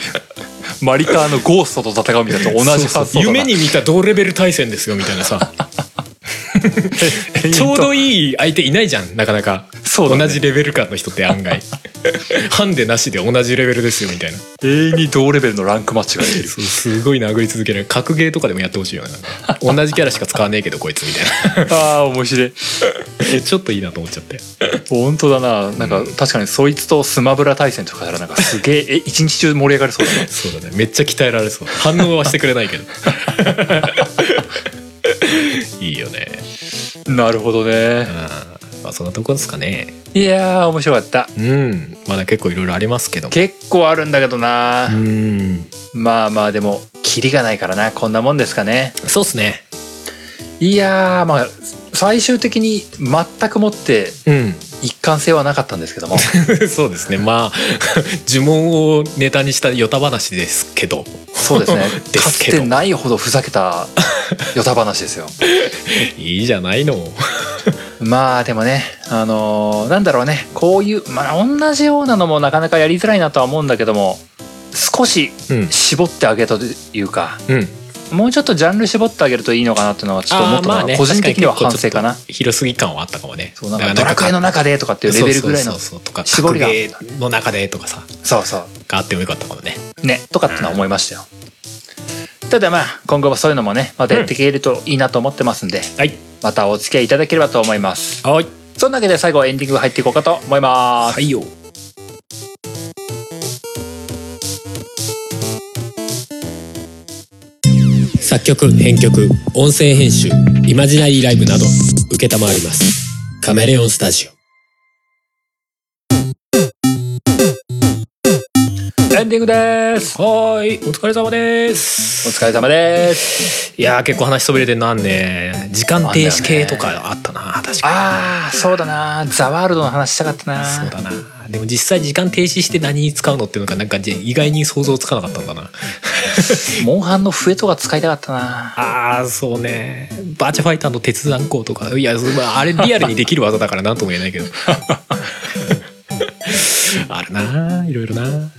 マリカーのゴーストと戦うみたいなのと同じ発想だ
そう
な
そう夢 に見た同レベル対戦ですよみたいなさちょうどいい相手いないじゃんなかなか
そうだね
同じレベル感の人って 案外ハンデなしで同じレベルですよみたいな
永遠に同レベルのランクマッチができる
そうすごい殴り続ける格ゲーとかでもやってほしいよねなんか同じキャラしか使わねえけどこいつみたい
ああ面白い
なちょっといいなと思っちゃって
本当だななんか確かにそいつとスマブラ対戦とかやらなんかすげええ一日中盛り上がりそうだね
そうだねめっちゃ鍛えられそう反応はしてくれないけど いいよね
なるほど
うん
ね
まあそんなとこですかね
いやー面白かった
うんまだ結構いろいろありますけども
結構あるんだけど
う
な、
ん
まあまあでもキリがないからなこんなもんですかね
そうっすね
いやーまあ最終的に全くもって
うん
一貫性はなかったんですけ ども
そうですねまあ 呪文をネタにしたヨタ話ですけど
そうですね
で
か
す
つ
けど
てないほどふざけたヨタ話ですよ
いいじゃないの
まあでもねあのーなんだろうねこういうまあ同じようなのもなかなかやりづらいなとは思うんだけども少し
うん
絞ってあげたというか、
うん
もうちょっとジャンル絞ってあげるといいのかなっていうのはちょっと思ったかな、個人的には反省かな
確に結構ちょっと広すぎ感はあったかもね
そうなんかドラクエの中でとかっていうレベルぐらいの
そうそうそうそうとか
絞りが
格ゲーの中でとかさ
そうそ
があってもよかったかもね
うねとかってのは思いましたよただまあ今後はそういうのもねまたやっていけるといいなと思ってますんで、
はい
またお付き合いいただければと思います
はい
そんなわけで最後はエンディング入っていこうかと思います
いよ作曲編曲音声編集イマジナリーライブなど承りますカメレオンスタジオ
エンディングです
はーいお疲れ様です
お疲れ様です
いやー結構話そびれてんなんね時間停止系とかあったな確かに
あーそうだなザワールドの話したかったな
そうだなでも実際時間停止して何に使うのっていうのがなんかじ意外に想像つかなかったんだな
モンハンの笛とか使いたかったな
ああそうねバーチャファイターの鉄山鋼とかいやそまああれリアルにできる技だからなんとも言えないけ どあるないろいろなうん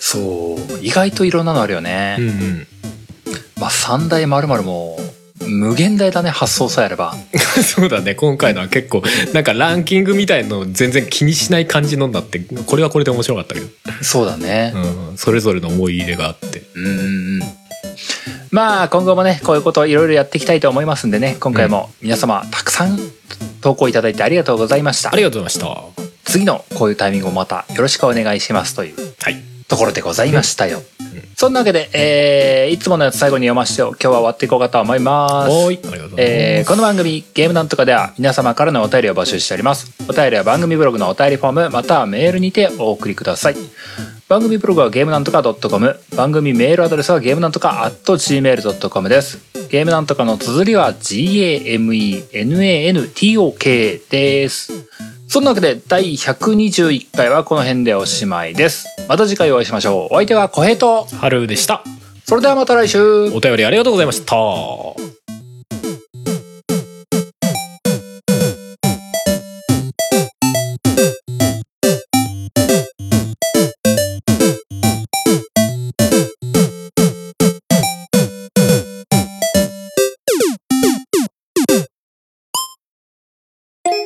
そう意外といろんなのあるよね、
うん
まあ三大まるも無限大だね発想さえあれば
そうだね今回のは結構なんかランキングみたいの全然気にしない感じのになってこれはこれで面白かったけど、
そうだね
うん、それぞれの思い入れがあって
うんうんうんまあ今後もねこういうことをいろいろやっていきたいと思いますんでね今回も皆様たくさん投稿いただいてありがとうございました
ありがとうございました
次のこういうタイミングをまたよろしくお願いしますという
はい
ところでございましたよ、そんなわけで、えーいつものやつ最後に読ませて今日は終わっていこうかと思います
おーいありがとうございます、
えーこの番組「ゲームなんとか」では皆様からのお便りを募集しておりますお便りは番組ブログのお便りフォームまたはメールにてお送りください番組ブログはゲームなんとか .com 番組メールアドレスはゲームなんとか .gmail.com ですゲームなんとかの綴りは GAMENANTOK ですそんなわけで第121回はこの辺でおしまいですまた次回お会いしましょうお相手は小平と
春でした
それではまた来週
お便りありがとうございました